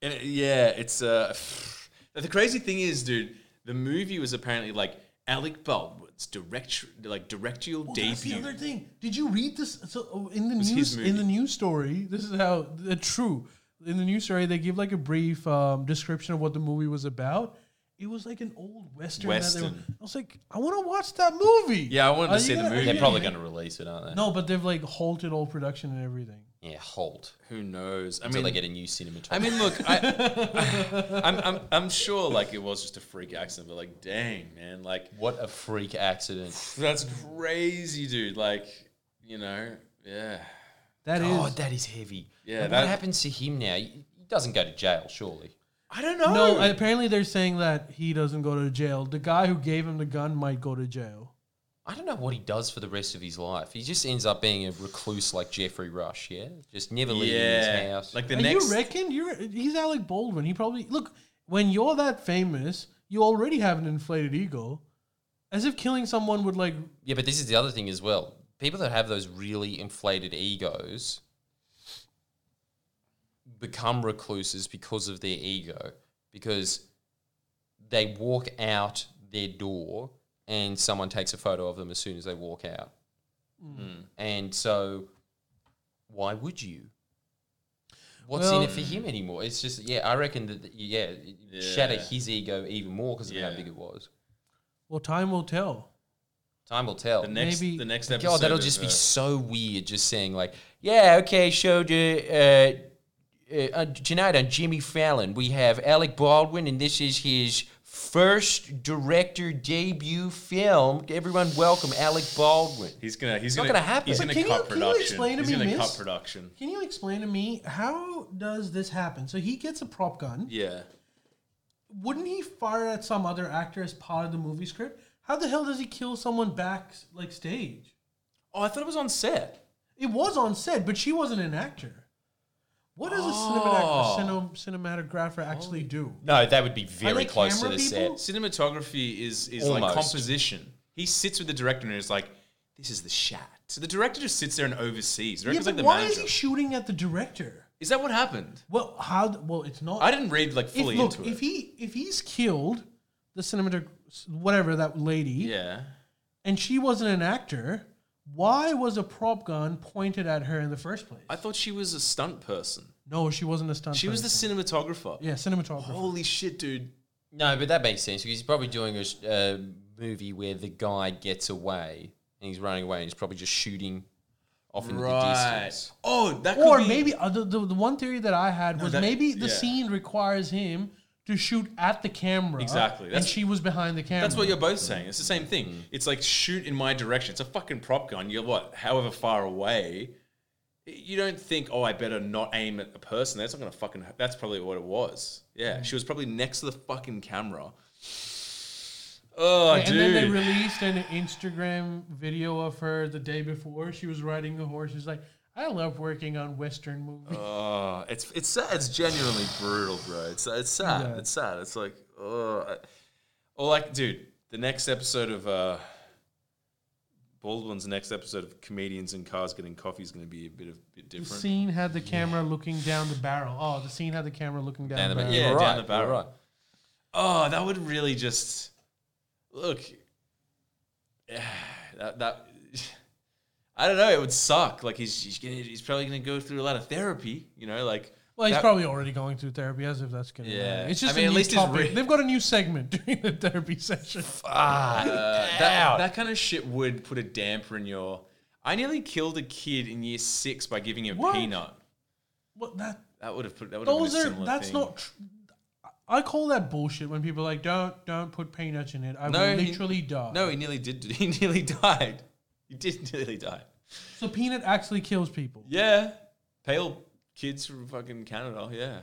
And it- yeah, it's uh, the crazy thing is, dude. The movie was apparently like Alec Baldwin's direct, like directorial Well, debut. That's the other thing. Did you read this? So oh, in the was his news, in movie. the news story, this is how uh, true. In the news story, they give like a brief um, description of what the movie was about. It was like an old western. that they were- Western. I was like, I want to watch that movie. Yeah, I wanted to Are see you the gonna- are movie. you They're probably gonna- going to release it, aren't they? No, but they've like halted all production and everything. Yeah, hold Who knows? I until mean, they get a new cinematographer. I mean, look, I, I'm, I'm, I'm sure like it was just a freak accident, but like, dang, man, like what a freak accident! that's crazy, dude. Like, you know, yeah, That is. God, Oh, that is heavy. Yeah, And what that- happens to him now? He he doesn't go to jail, surely. I don't know. no, apparently they're saying that he doesn't go to jail. The guy who gave him the gun might go to jail. I don't know what he does for the rest of his life. He just ends up being a recluse like Jeffrey Rush. Yeah, just never leaving his yeah, house. like the And next. you reckon you're he's Alec Baldwin. He probably look when you're that famous, you already have an inflated ego. As if killing someone would like Yeah, but this is the other thing as well. People that have those really inflated egos become recluses because of their ego, because they walk out their door and someone takes a photo of them as soon as they walk out. And so, why would you? What's Well- in it for him anymore? It's just, yeah, I reckon that, yeah, it shatter Yeah. his ego even more because of how Yeah. big it was. well, time will tell. Time will tell. the next, maybe- the next God, episode. that'll of, just be uh, so weird. Just saying like, yeah, okay, showed you uh, uh, uh, tonight on Jimmy Fallon. We have Alec Baldwin, and this is his first director debut film. Everyone, welcome Alec Baldwin. He's gonna. He's not gonna, gonna happen. He's But gonna can you- cut can you production. explain to he's me, gonna miss? cut production. Can you explain to me how does this happen? So he gets a prop gun. Yeah. Wouldn't he fire at some other actor as part of the movie script? How the hell does he kill someone back like stage? Oh, I thought it was on set. It was on set, but she wasn't an actor. What does Oh. a cinematic, cinem- cinematographer actually do? No, that would be very they close to camera the people? set. Cinematography is is like Almost. composition. He sits with the director and is like, "This is the shat." So the director just sits there and oversees. The Yeah, director's but like the why manager. is he Is, shooting at the director? that what happened? Well, how? Well, it's not. I didn't read like if, fully look, into it. if he if he's killed the cinematographer, whatever that lady, yeah. and she wasn't an actor, why was a prop gun pointed at her in the first place? I thought she was a stunt person. no, she wasn't a stunt. She was the person. cinematographer. yeah cinematographer. Holy shit, dude. No, but that makes sense because he's probably doing a sh- uh, movie where the guy gets away and he's running away and he's probably just shooting off into the Right. distance. Oh, that could or be- maybe uh, the, the, the one theory that I had was that- maybe the yeah. scene requires him to shoot at the camera. Exactly, and that's- she was behind the camera. That's what you're both saying. It's the same thing. It's like shoot in my direction. It's a fucking prop gun. You're what, however far away. You don't think, oh, I better not aim at a person. That's not gonna fucking. That's probably what it was. Yeah, she was probably next to the fucking camera. Oh, And dude. then they released an Instagram video of her the day before. She was riding a horse. She's like, I love working on Western movies. Oh, it's it's sad. It's genuinely brutal, bro. It's it's sad. Yeah. It's sad. It's like oh, I, or like, dude, the next episode of uh, Baldwin's next episode of comedians in cars getting coffee is going to be a bit of bit the different. scene had the camera looking down the barrel. Oh, the scene had the camera looking down Down the the barrel. yeah, Yeah, right, down the you're barrel. right. Oh, that would really just look. That that I don't know. It would suck. Like he's he's, gonna, he's probably going to go through a lot of therapy. You know, like Well, he's that- probably already going through therapy, as if that's gonna. Yeah. matter. it's I just mean, a at new least he's topic. re- They've got a new segment during the therapy session. Uh, that, that kind of shit would put a damper in your. I nearly killed a kid in year six by giving him a What? peanut. What that? That would have put. That would have been a Those are. similar That's thing. not. Tr- I call that bullshit when people are like don't don't put peanuts in it. I No, will he- literally die. No, he nearly did. He nearly died. He did nearly die. So peanut actually kills people. Yeah, pale kids from fucking Canada. Yeah,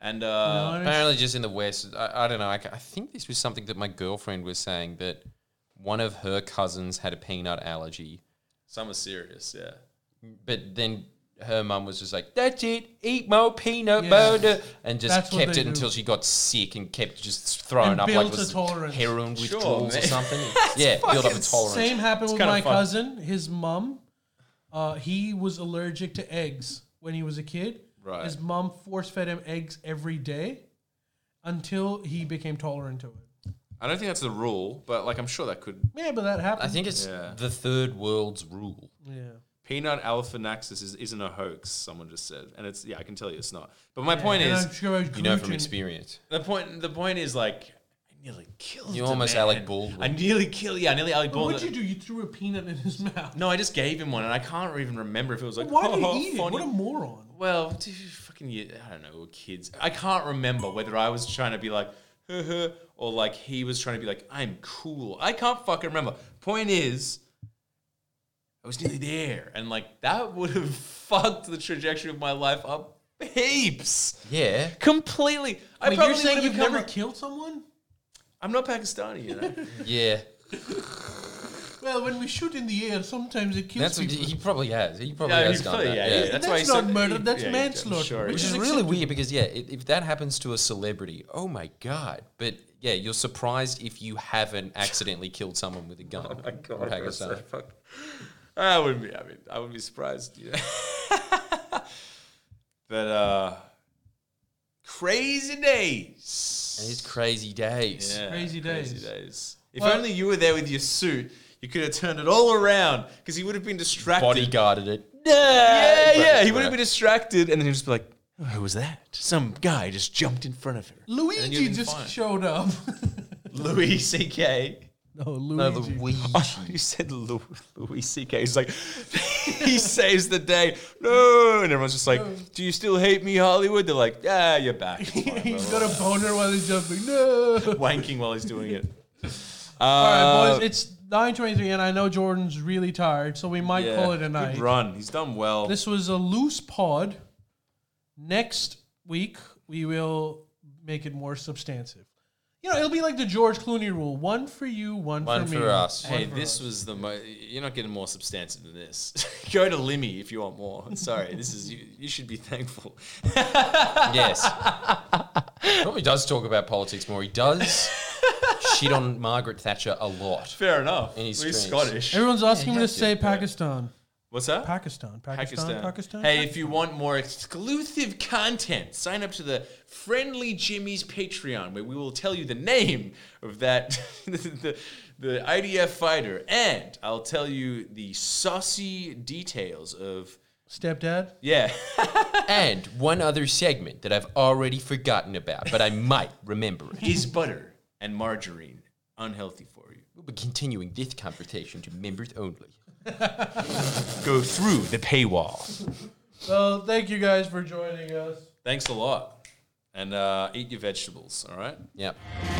and You know uh, what I mean? Apparently, just in the West, I, I don't know. I, ca- I think this was something that my girlfriend was saying that one of her cousins had a peanut allergy, some are serious. Yeah. but then her mum was just like, "That's it, eat more peanut Yeah. butter," and just That's what kept they it until do. she got sick and kept just throwing And up like built it was a tolerance. heroin Sure, withdrawals or mate. something. yeah, build up a fucking tolerance. Same happened with kinda my fun. cousin. His mum, uh, he was allergic to eggs when he was a kid. Right. His mum force fed him eggs every day until he became tolerant to it. I don't think that's the rule, but like I'm sure that could Yeah, but that happened. I think it's Yeah. the third world's rule. Yeah. peanut alphanexus is, isn't a hoax. Someone just said, and it's yeah, I can tell you it's not. But my point And is, I'm sure You know from gluten- experience. The point. The point is like I nearly killed. You the almost man. Alec Baldwin. I nearly killed. Yeah, I nearly Alec Baldwin. What'd you do? You threw a peanut in his mouth. No, I just gave him one, and I can't even remember if it was like. Why did oh, he eat it? funny. What a moron. well, dude, fucking. yeah, I don't know. we We're kids. I can't remember whether I was trying to be like, "Huh, huh," or like he was trying to be like, I'm cool. I can't fucking remember. Point is. I was nearly there, and like that would have fucked the trajectory of my life up heaps, Yeah. completely. I Wait, probably you're saying would have you've never become- killed someone? I'm not Pakistani, you know. Yeah. Well, when we shoot in the air, sometimes it kills That's what people. he probably has. He probably Yeah, has he done probably- that. yeah, Yeah, yeah. That's That's, why he not said- murder. he- That's yeah, he did, I'm manslaughter, sure he which Which is is really acceptable. weird because yeah, if, if that happens to a celebrity, oh my god! But yeah, you're surprised if you haven't accidentally killed someone with a gun. Oh I wouldn't be. I mean, I wouldn't be surprised. You know? but uh, crazy days. These crazy days. Yeah, Crazy days. days. If Well- only you were there with your suit, you could have turned it all around because he would have been distracted. Bodyguarded it. Yeah, yeah. He Right. would have been distracted, and then he'd just be like, "Oh, "Who was that? Some guy just jumped in front of her." And you'd Luigi been just fine. showed up. Louis C.K. no, Luigi. No, the Ouija. Oh, you said Lou- Louis C.K. He's like, he saves the day. No, and everyone's just like, do you still hate me, Hollywood? They're like, yeah, you're back. It's fine, He's blah, got a boner while he's jumping. No. blah, blah." wanking while he's doing it. All right, Uh, boys. It's nine twenty-three, and I know Jordan's really tired, so we might yeah, call it a good night. run. He's done well. This was a loose pod. Next week we will make it more substantive. You know, it'll be like the George Clooney rule: one for you, one, One for me. for us. one hey, for this us. was the mo- you're not getting more substantive than this. Go to Limmy if you want more. Sorry, this is you, you should be thankful. Yes. Probably does talk about politics more. He does shit on Margaret Thatcher a lot. Fair enough. And he's Well, strange. Scottish. Everyone's asking me to yeah, say Pakistan. What's that? Pakistan. Pakistan. Pakistan. Pakistan. Hey, if you want more exclusive content, sign up to the Friendly Jimmy's Patreon, where we will tell you the name of that the, the IDF fighter, and I'll tell you the saucy details of Stepdad. yeah. And one other segment that I've already forgotten about, but I might remember it. Is butter and margarine unhealthy for you? We'll be continuing this conversation to members only. Go through the paywall. So thank you guys for joining us. Thanks a lot, and uh, eat your vegetables. All right. Yep.